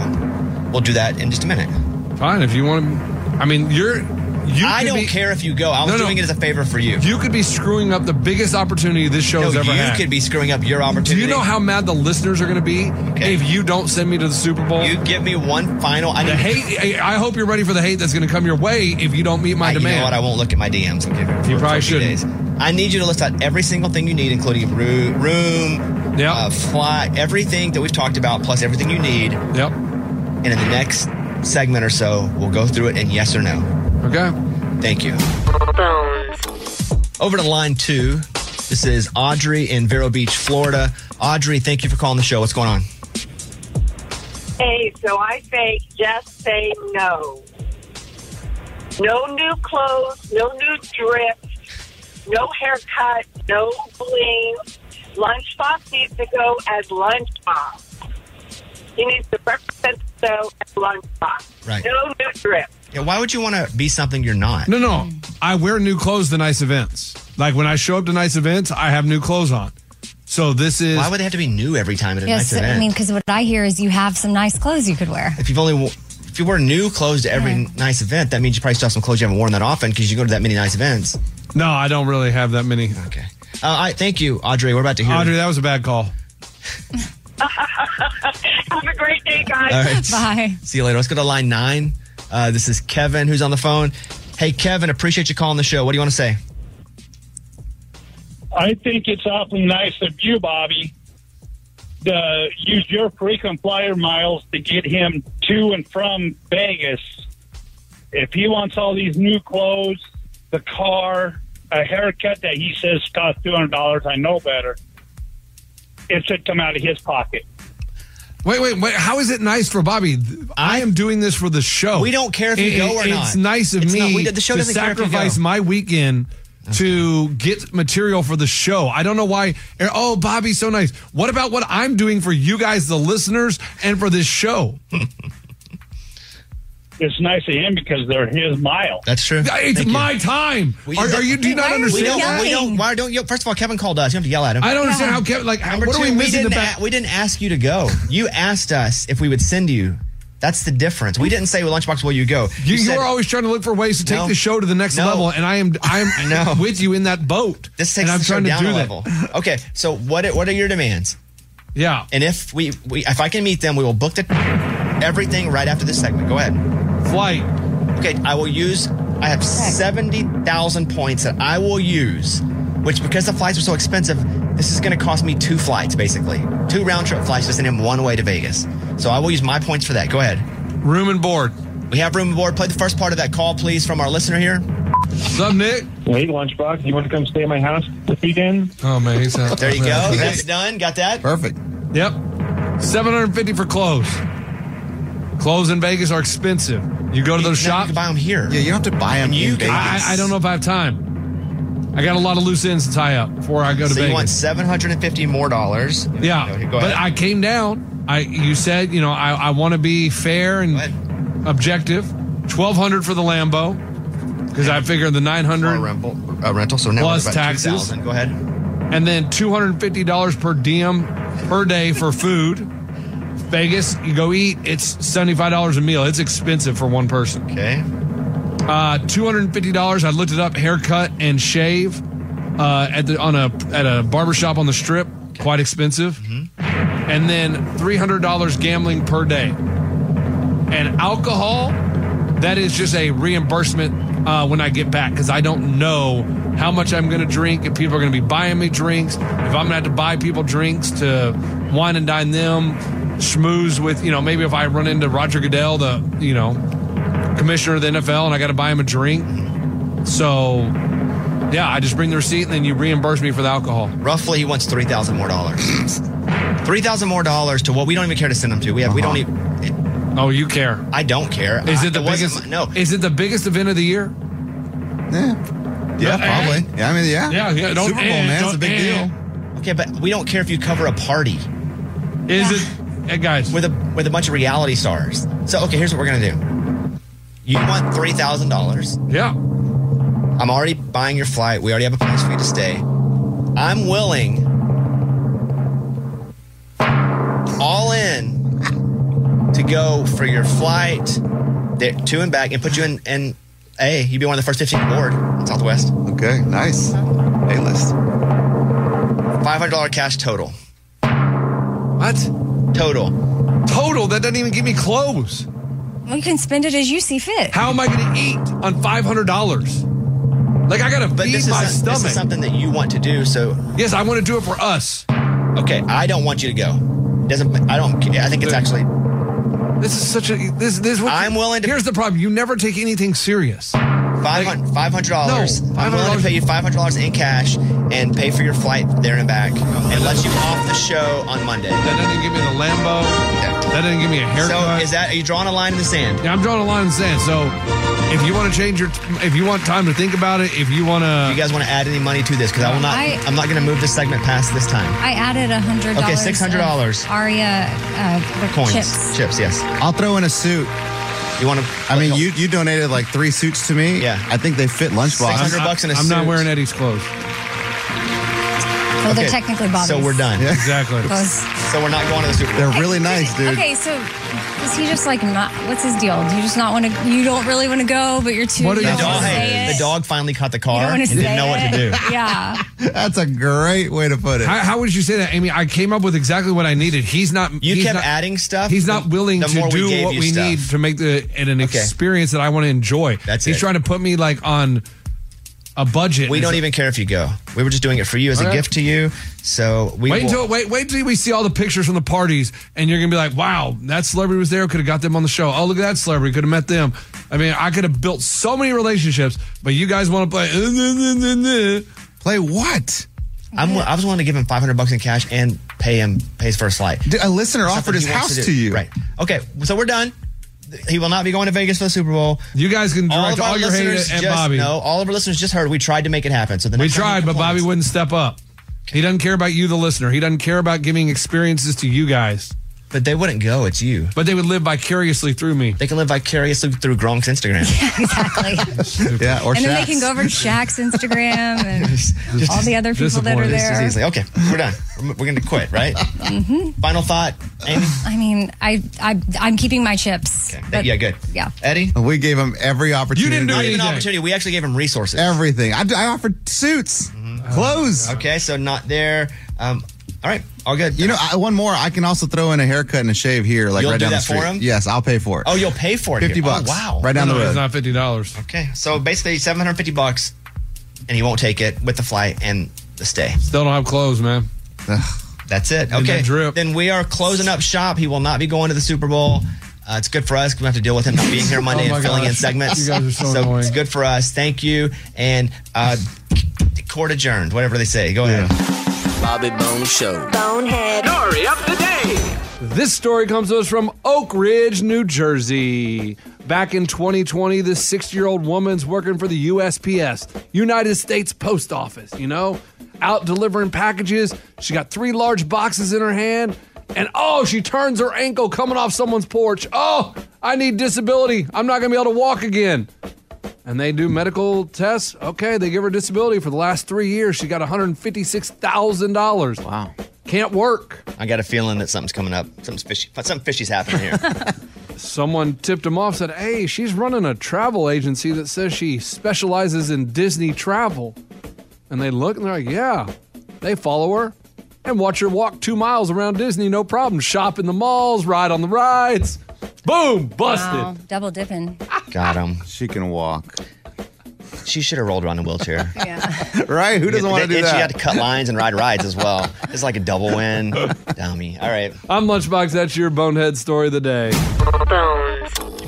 We'll do that in just a minute.
Fine, if you want to. I mean, you're. You
I
could
don't
be-
care if you go. I was
No, no.
doing it as a favor for you.
You could be screwing up the biggest opportunity this show
No,
has ever
you
had.
could be screwing up your
Do
opportunity.
you know how mad the listeners are going to be if you don't send me to the Super Bowl? You
give me one final. I
the
need-
hate. I I hope you're ready for the hate that's going to come your way if you don't meet my
I, you
demand.
know what? I won't look at my DMs. and give it
You
for-
probably
for a few
shouldn't.
days. I need you to list out every single thing you need, including roo- room, uh, flight, everything that we've talked about, plus everything you need.
Yep.
And in the next segment or so, we'll go through it in yes or no.
Okay.
Thank you. Over to line two. This is Audrey in Vero Beach, Florida. Audrey, thank you for calling the show. What's going on?
Hey, so I say just say no. No new clothes, no new drip, no haircut, no bling. Lunchbox needs to go as lunchbox. He needs to represent himself as lunchbox.
Right.
No new drip.
Yeah, why would you want to be something you're not?
No, no. I wear new clothes to nice events. Like when I show up to nice events, I have new clothes on. So this is.
Why would they have to be new every time at a
Yes,
nice event?
I mean, because what I hear is you have some nice clothes you could wear.
if you've only wo- if you wear new clothes to every nice event, that means you probably still have some clothes you haven't worn that often because you go to that many nice events.
No, I don't really have that many.
Okay. Uh, I thank you, Audrey. We're about to hear.
Audrey, that was a bad call.
Have a great day, guys.
All right. See you later. Let's go to line nine. Uh, this is Kevin who's on the phone. Hey, Kevin, appreciate you calling the show. What do you want to say?
I think it's awfully nice of you, Bobby, to use your frequent flyer miles to get him to and from Vegas. If he wants all these new clothes, the car, a haircut that he says costs two hundred dollars, I know better. It should come out of his pocket.
Wait, wait, wait. How is it nice for Bobby? Th- I, am doing this for the show.
We don't care if you
It-
go or
it-
not.
It's nice of
It's
me
not- we- the show
to
doesn't care if you
sacrifice
go.
my weekend to get material for the show. I don't know why. er, Oh, Bobby's so nice. What about what I'm doing for you guys, the listeners, and for this show?
It's nice of him because they're his mile.
That's true.
It's
Thank you.
my time.
We-
Are, are you? Do you not understand?
We don't, we don't, why don't you? First of all, Kevin called us. You don't have to yell at him.
I don't understand how Kevin- like,
Number
what are
two,
we missing
didn't
the back-
a- we didn't ask you to go. You asked us if we would send you. That's the difference. We didn't say, well, Lunchbox, will you go?
You, you
said-
are always trying to look for ways to take
No.
the show to the next
No.
level, and I am I am
No.
with you in that boat.
This takes
and I'm
the show
trying to
down
do
a
that.
level. Okay, so what are, what are your demands?
Yeah,
and if we, we if I can meet them, we will book the everything right after this segment. Go ahead.
Flight.
Okay, I will use. I have seventy thousand points that I will use, which because the flights are so expensive, this is going to cost me two flights basically, two round trip flights to send him one way to Vegas. So I will use my points for that. Go ahead.
Room and board.
We have room and board. Play the first part of that call, please, from our listener here.
What's up, Nick?
Hey, Lunchbox, you want to come stay at my house this weekend?
Oh man, he's out.
There you go. That's done. Got that.
Perfect. Yep. 750 for clothes. Clothes in Vegas are expensive. You go to those shops. You can
buy them here.
Yeah, you don't have to buy them
You in can-
I,
Vegas.
I don't know if I have time. I got a lot of loose ends to tie up before I go to
so
Vegas.
you want seven hundred and fifty more dollars?
yeah, but I came down. I you said you know I, I want to be fair and objective. Twelve hundred for the Lambo because I figure the nine hundred
rental, uh, rental. So now we're
plus
about
taxes.
2,000. Go ahead.
And then two hundred and fifty dollars per diem per day for food. Vegas, you go eat. It's seventy five dollars a meal. It's expensive for one person.
Okay.
Uh, two hundred and fifty dollars. I looked it up. Haircut and shave uh, at the on a at a barbershop on the strip. Quite expensive.
Mm-hmm.
And then three hundred dollars gambling per day. And alcohol, that is just a reimbursement uh, when I get back because I don't know how much I'm going to drink. If people are going to be buying me drinks, if I'm going to have to buy people drinks to wine and dine them, schmooze with you know maybe if I run into Roger Goodell, the you know commissioner of the NFL and I got to buy him a drink. So, yeah, I just bring the receipt and then you reimburse me for the alcohol.
Roughly, he wants three thousand more dollars. three thousand more dollars to what we don't even care to send them to. We have we don't even.
Oh, you care?
I don't care.
Is
I-
it the
wasn't
biggest?
my- no.
Is it the biggest event of the year?
Yeah. Yeah, probably. Yeah, I mean, yeah.
Yeah, yeah. Don't,
Super Bowl, man. It's a big deal.
Okay, but we don't care if you cover a party.
Is it, guys?
With a with a bunch of reality stars. So okay, here's what we're gonna do. You want three thousand dollars?
Yeah.
I'm already buying your flight. We already have a place for you to stay. I'm willing. All in to go for your flight there, to and back and put you in in A. You'd be one of the first 15 aboard in Southwest.
Okay, nice. A list.
$500 cash total.
What?
Total.
Total. That doesn't even give me clothes.
We can spend it as you see fit.
How am I going to eat on five hundred dollars? Like I got to
But
feed
this is,
my
some-
stomach.
this is something that you want to do. So
yes, I want to do it for us.
Okay, I don't want you to go. Doesn't I don't. I think it's actually.
This is such a this this. I'm willing to. Here's the problem. You never take anything serious.
Five hundred dollars.
No,
I'm willing
$500.
to pay you five hundred dollars in cash and pay for your flight there and back, and let you off the show on Monday. That
doesn't give me the Lambo. That doesn't give me a haircut.
So is that are you drawing a line in the sand?
Yeah, I'm drawing a line in the sand. So if you want to change your, if you want time to think about it, if you want to,
you guys want to add any money to this? Because I will not.
I-
I, am not going to move this segment past this time.
I added a hundred.
Okay,
dollars
$600.
of Aria uh,
Coins,
chips.
chips, yes.
I'll throw in a suit.
You want to?
I mean, you you donated like three suits to me. Yeah, I think they fit lunchbox.
I'm- I'm not wearing Eddie's clothes.
Well, they're technically Bobby's.
So we're done.
Exactly.
Those-
so we're not going to the Super Bowl.
They're really nice,
Okay, so is he just like not? What's his deal? Do you just not want to? You don't really want to go, but you're too.
the,
you don't
dog,
wanna say
hey,
it.
the dog finally caught the car
wanna
and didn't
say
know what to do.
it. Yeah.
That's a great way to put it.
How, how would you say that, Amy? I came up with exactly what I needed. He's not.
You
he's
kept
not-
adding stuff.
He's not
the-
willing
the
to
more we
do
gave
what
you
we
stuff.
need to make the and an experience that I want to enjoy. That's he's
it.
trying to put me like on a budget.
We
It's
don't
like-
even care if you go. We were just doing it for you as
All
a
right.
gift to you. So we
wait
will-
until wait wait till we see all the pictures from the parties, and you're gonna be like, "Wow, that celebrity was there. Could have got them on the show. Oh, look at that celebrity. Could have met them. I mean, I could have built so many relationships. But you guys want to play?
Play what?
I'm, I was willing to give him 500 bucks in cash and pay him pay his first flight.
A listener
Something
offered his
he wants
house
do.
to you.
Right. Okay. So we're done. He will not be going to Vegas for the Super Bowl.
You guys can direct all your hate
listeners
at
just,
Bobby.
No, all of our listeners just heard we tried to make it happen. So the
We
next time he
tried, but Bobby
complains-
wouldn't step up. He doesn't care about you, the listener. He doesn't care about giving experiences to you guys.
But they wouldn't go. It's you.
But they would live vicariously through me.
They can live vicariously through Gronk's Instagram.
exactly.
yeah.
and then they can go over to Shaq's Instagram and all the other people that are there.
Okay, we're done. We're, we're going to quit, right?
hmm
Final thought, Amy?
I mean, I, I I'm keeping my chips. but-
yeah, good.
Yeah.
Eddie?
We gave him every opportunity.
Not even opportunity. We actually gave him resources.
Everything. I, I offered suits, clothes.
Mm-hmm. Uh, Okay, so not there. Um, all right, all good.
You know, I, one more. I can also throw in a haircut and a shave here, like
You'll
right
do
down the
that
street.
for him?
Yes, I'll pay for it.
Oh, you'll pay for it. here.
50
Oh,
bucks.
wow.
Right down
No,
the
no,
road.
It's not fifty dollars.
Okay, so basically 750 bucks, and he won't take it with the flight and the stay.
Still don't have clothes, man.
That's it.
And
Okay,
that drip.
then we are closing up shop. He will not be going to the Super Bowl. Uh, it's good for us. 'cause We have to deal with him not being here Monday
Oh my
and filling in
gosh.
segments.
You guys are so
it's good for us. Thank you. And uh, court adjourned, whatever they say. Go ahead.
Bobby Bone Show.
Bonehead. Story of the day.
This story comes to us from Oak Ridge, New Jersey. Back in 2020, this 60 year old woman's working for the USPS, United States Post Office, you know, out delivering packages. She got three large boxes in her hand, and oh, she turns her ankle coming off someone's porch. Oh, I need disability. I'm not going to be able to walk again and they do medical tests. Okay, they give her disability for the last three years. She got one hundred fifty-six thousand dollars. Wow, can't work.
I got a feeling that something's coming up. Something's fishy. Something fishy's happening here.
Someone tipped him off. Said, "Hey, she's running a travel agency that says she specializes in Disney travel." And they look and they're like, "Yeah." They follow her and watch her walk two miles around Disney, no problem. Shop in the malls, ride on the rides. Boom, busted.
Wow, double dipping.
Got him.
She can walk.
She should have rolled around in a wheelchair.
Yeah.
right? Who doesn't want to
And
do that?
She had to cut lines and ride rides as well. It's like a double win. Dummy. All right.
I'm Lunchbox. That's your bonehead story of the day.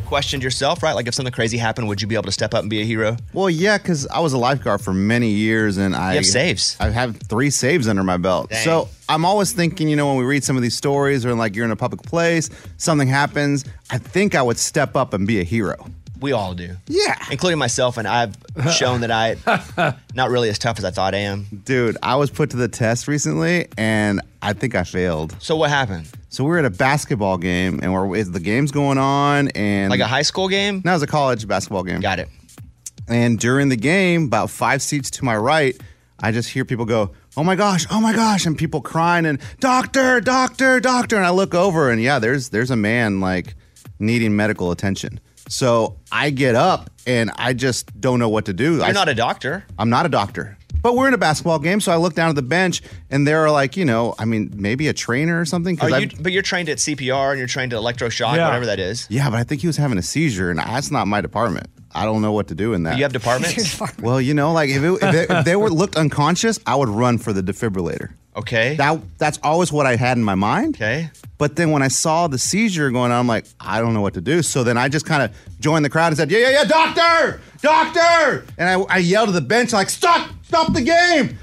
Questioned yourself, right? Like if something crazy happened, would you be able to step up and be a hero?
Well, yeah, because I was a lifeguard for many years, and I
have saves.
I have three saves under my belt.
Dang.
So I'm always thinking, you know, when we read some of these stories, or like you're in a public place, something happens. I think I would step up and be a hero.
We all do.
Yeah.
Including myself, and I've shown that I not really as tough as I thought I am.
Dude, I was put to the test recently, and I think I failed.
So what happened?
So we were at a basketball game, and we're the game's going on, and
Like a high school game?
No, it was a college basketball game.
Got it.
And during the game, about five seats to my right, I just hear people go, Oh my gosh, oh my gosh, and people crying and doctor, doctor, doctor. And I look over and yeah, there's there's a man like needing medical attention. So I get up and I just don't know what to do.
You're
I,
not a doctor.
I'm not a doctor. But we're in a basketball game, so I look down at the bench and there are like, you know, I mean, maybe a trainer or something. 'cause
Are
I've-
you, but you're trained at CPR and you're trained at electroshock,
Yeah.
whatever that is.
Yeah, but I think he was having a seizure, and that's not my department. I don't know what to do in that.
You have departments?
Well, you know, like if, it, if, they, if they were looked unconscious, I would run for the defibrillator.
Okay.
That that's always what I had in my mind.
Okay.
But then when I saw the seizure going on, I'm like, I don't know what to do. So then I just kind of joined the crowd and said, Yeah, yeah, yeah, doctor, doctor, and I, I yelled at the bench like, Stop, stop the game,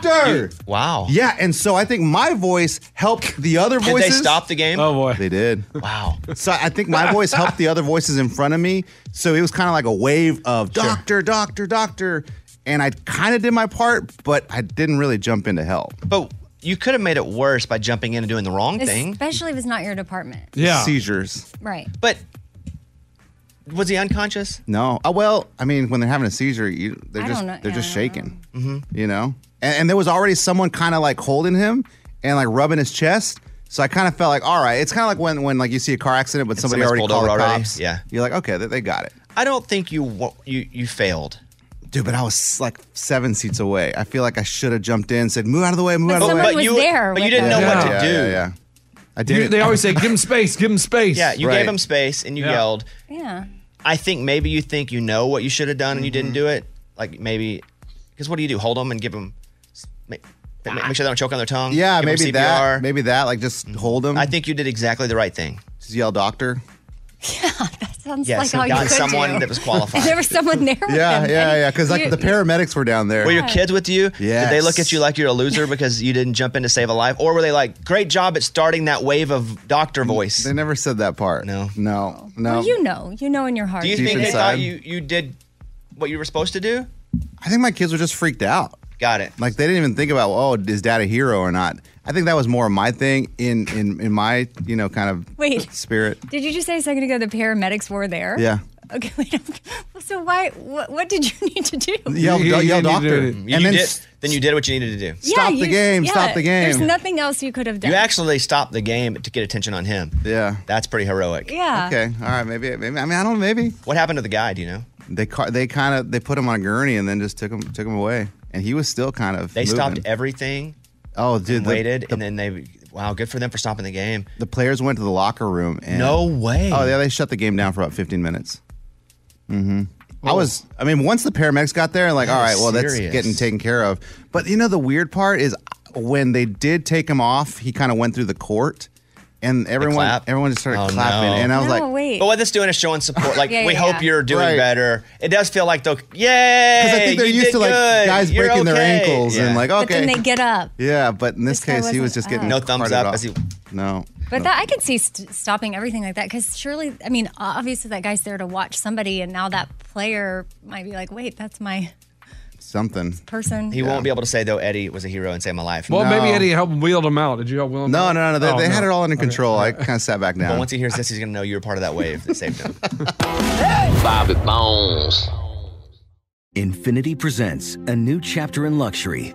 doctor.
Wow.
Yeah, and so I think my voice helped the other
Did they
voices.
stop the game?
Oh boy,
they did.
Wow.
So I think my voice helped the other voices in front of me. So it was kind of like a wave of doctor, doctor, doctor, and I kind of did my part, but I didn't really jump in to help.
But you could have made it worse by jumping in and doing the wrong thing.
Especially if it's not your department.
seizures.
Right.
But was he unconscious?
Uh, No, oh, well, I mean, when they're having a seizure, you, they're
I
just
don't know.
they're
mm-hmm.
Yeah,
just
I
shaking, you know. and, and there was already someone kind of like holding him and like rubbing his chest. So I kind of felt like, all right, it's kind of like when when like you see a car accident, but somebody
somebody's
already
pulled
called the
over already.
cops.
Yeah.
you're like, okay, they, they got it.
I don't think you wa- you you failed,
dude. But I was like seven seats away. I feel like I should have jumped in, and said, move out of the way, move out of the way. Yeah, Yeah, yeah, I did.
You- they always say, "Give him space, give him space."
Yeah, you
Right.
gave him space and you
Yeah.
yelled.
Yeah.
I think maybe you think you know what you should have done and you didn't
Mm-hmm.
do it. Like maybe because what do you do? Hold them and give them make, make sure they don't choke on their tongue.
Ah. Yeah,
Give 'em
maybe
CPR.
that. Maybe that. Like just hold him.
I think you did exactly the right thing.
Just yell doctor.
Sounds
Yes,
like
you
how you
got
could
someone
do.
that was qualified.
And there was someone there. with
Yeah,
him.
yeah, yeah. Because like
You-
the paramedics were down there.
Were your kids with you?
Yes.
Did they look at you like you're a loser because you didn't jump in to save a life? Or were they like, great job at starting that wave of doctor voice? They
never said that part.
No.
No. No.
Well, you know, you know in your heart.
Do you
Deep
think they
inside.
thought you, you did what you were supposed to do?
I think my kids were just freaked out.
Got it.
Like they didn't even think about, oh, is dad a hero or not? I think that was more my thing in in in my you know kind of
Wait.
spirit.
Did you just say a second ago the paramedics were there?
Yeah.
Okay. Wait, okay. so why? What, what did you need to do?
Yell,
You- you-
yell
you
doctor,
did-
and
you
then
did-
s-
then you did what you needed to do.
Yeah, you- yeah, There's nothing else you could have done.
You actually stopped the game to get attention on him.
Yeah,
that's pretty heroic.
Yeah. Okay,
all right. Maybe. Maybe. I mean, I don't. Maybe.
What happened to the guy? Uh, Do you know?
They ca- they kind of they put him on a gurney and then just took him took him away, and he was still kind of.
They stopped
moving.
everything,
Oh, dude, the-
waited, and then they. Wow, good for them for stopping the game.
The players went to the locker room. And,
No way.
Oh yeah, they shut the game down for about 15 minutes. Mm-hmm. I was. I mean, once the paramedics got there, like,
That
all right,
is
well, that's
serious.
getting taken care of. But you know, the weird part is uh, when they did take him off, he kind of went through the court, and everyone,
clap?
everyone just started
Oh,
clapping,
no.
and I was like,
But what this doing is showing support. Like
Yeah,
we
yeah,
hope
yeah.
you're doing
Right.
better. It does feel like though, yay!
because I think they're
you
used
did
to like
good.
guys
You're
breaking their
okay.
ankles
Yeah.
and like, okay,
But then they get up.
yeah. But in this,
guy
case, he was
wasn't
just
up.
getting
No
thumbs
carted
up
off.
as he-
no.
But that I could see st- stopping everything like that because surely, I mean, obviously that guy's there to watch somebody, and now that player might be like, "Wait, that's my
something.
person."
He won't be able to say though Eddie was a hero and saved my life.
Well, maybe Eddie helped him wheeled him out. Did you help wheel him
No,
out? Oh,
no, no, they- they had it all
under control. I kind of sat back
But
down.
once he hears this, he's gonna know you were part of that wave that saved him.
Bobby Bones.
Infinity presents a new chapter in luxury,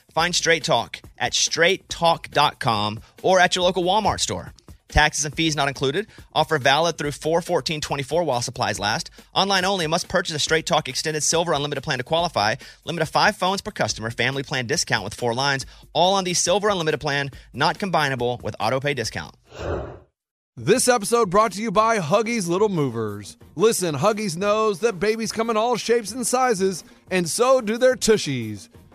Find Straight Talk at straighttalk.com or at your local Walmart store. Taxes and fees not included. Offer valid through 41424 while supplies last. Online only. Must purchase a Straight Talk Extended Silver Unlimited plan to qualify. Limit of five phones per customer. Family plan discount with four lines. All on the Silver Unlimited plan. Not combinable with auto pay discount.
This episode brought to you by Huggies Little Movers. Listen, Huggies knows that babies come in all shapes and sizes, and so do their tushies,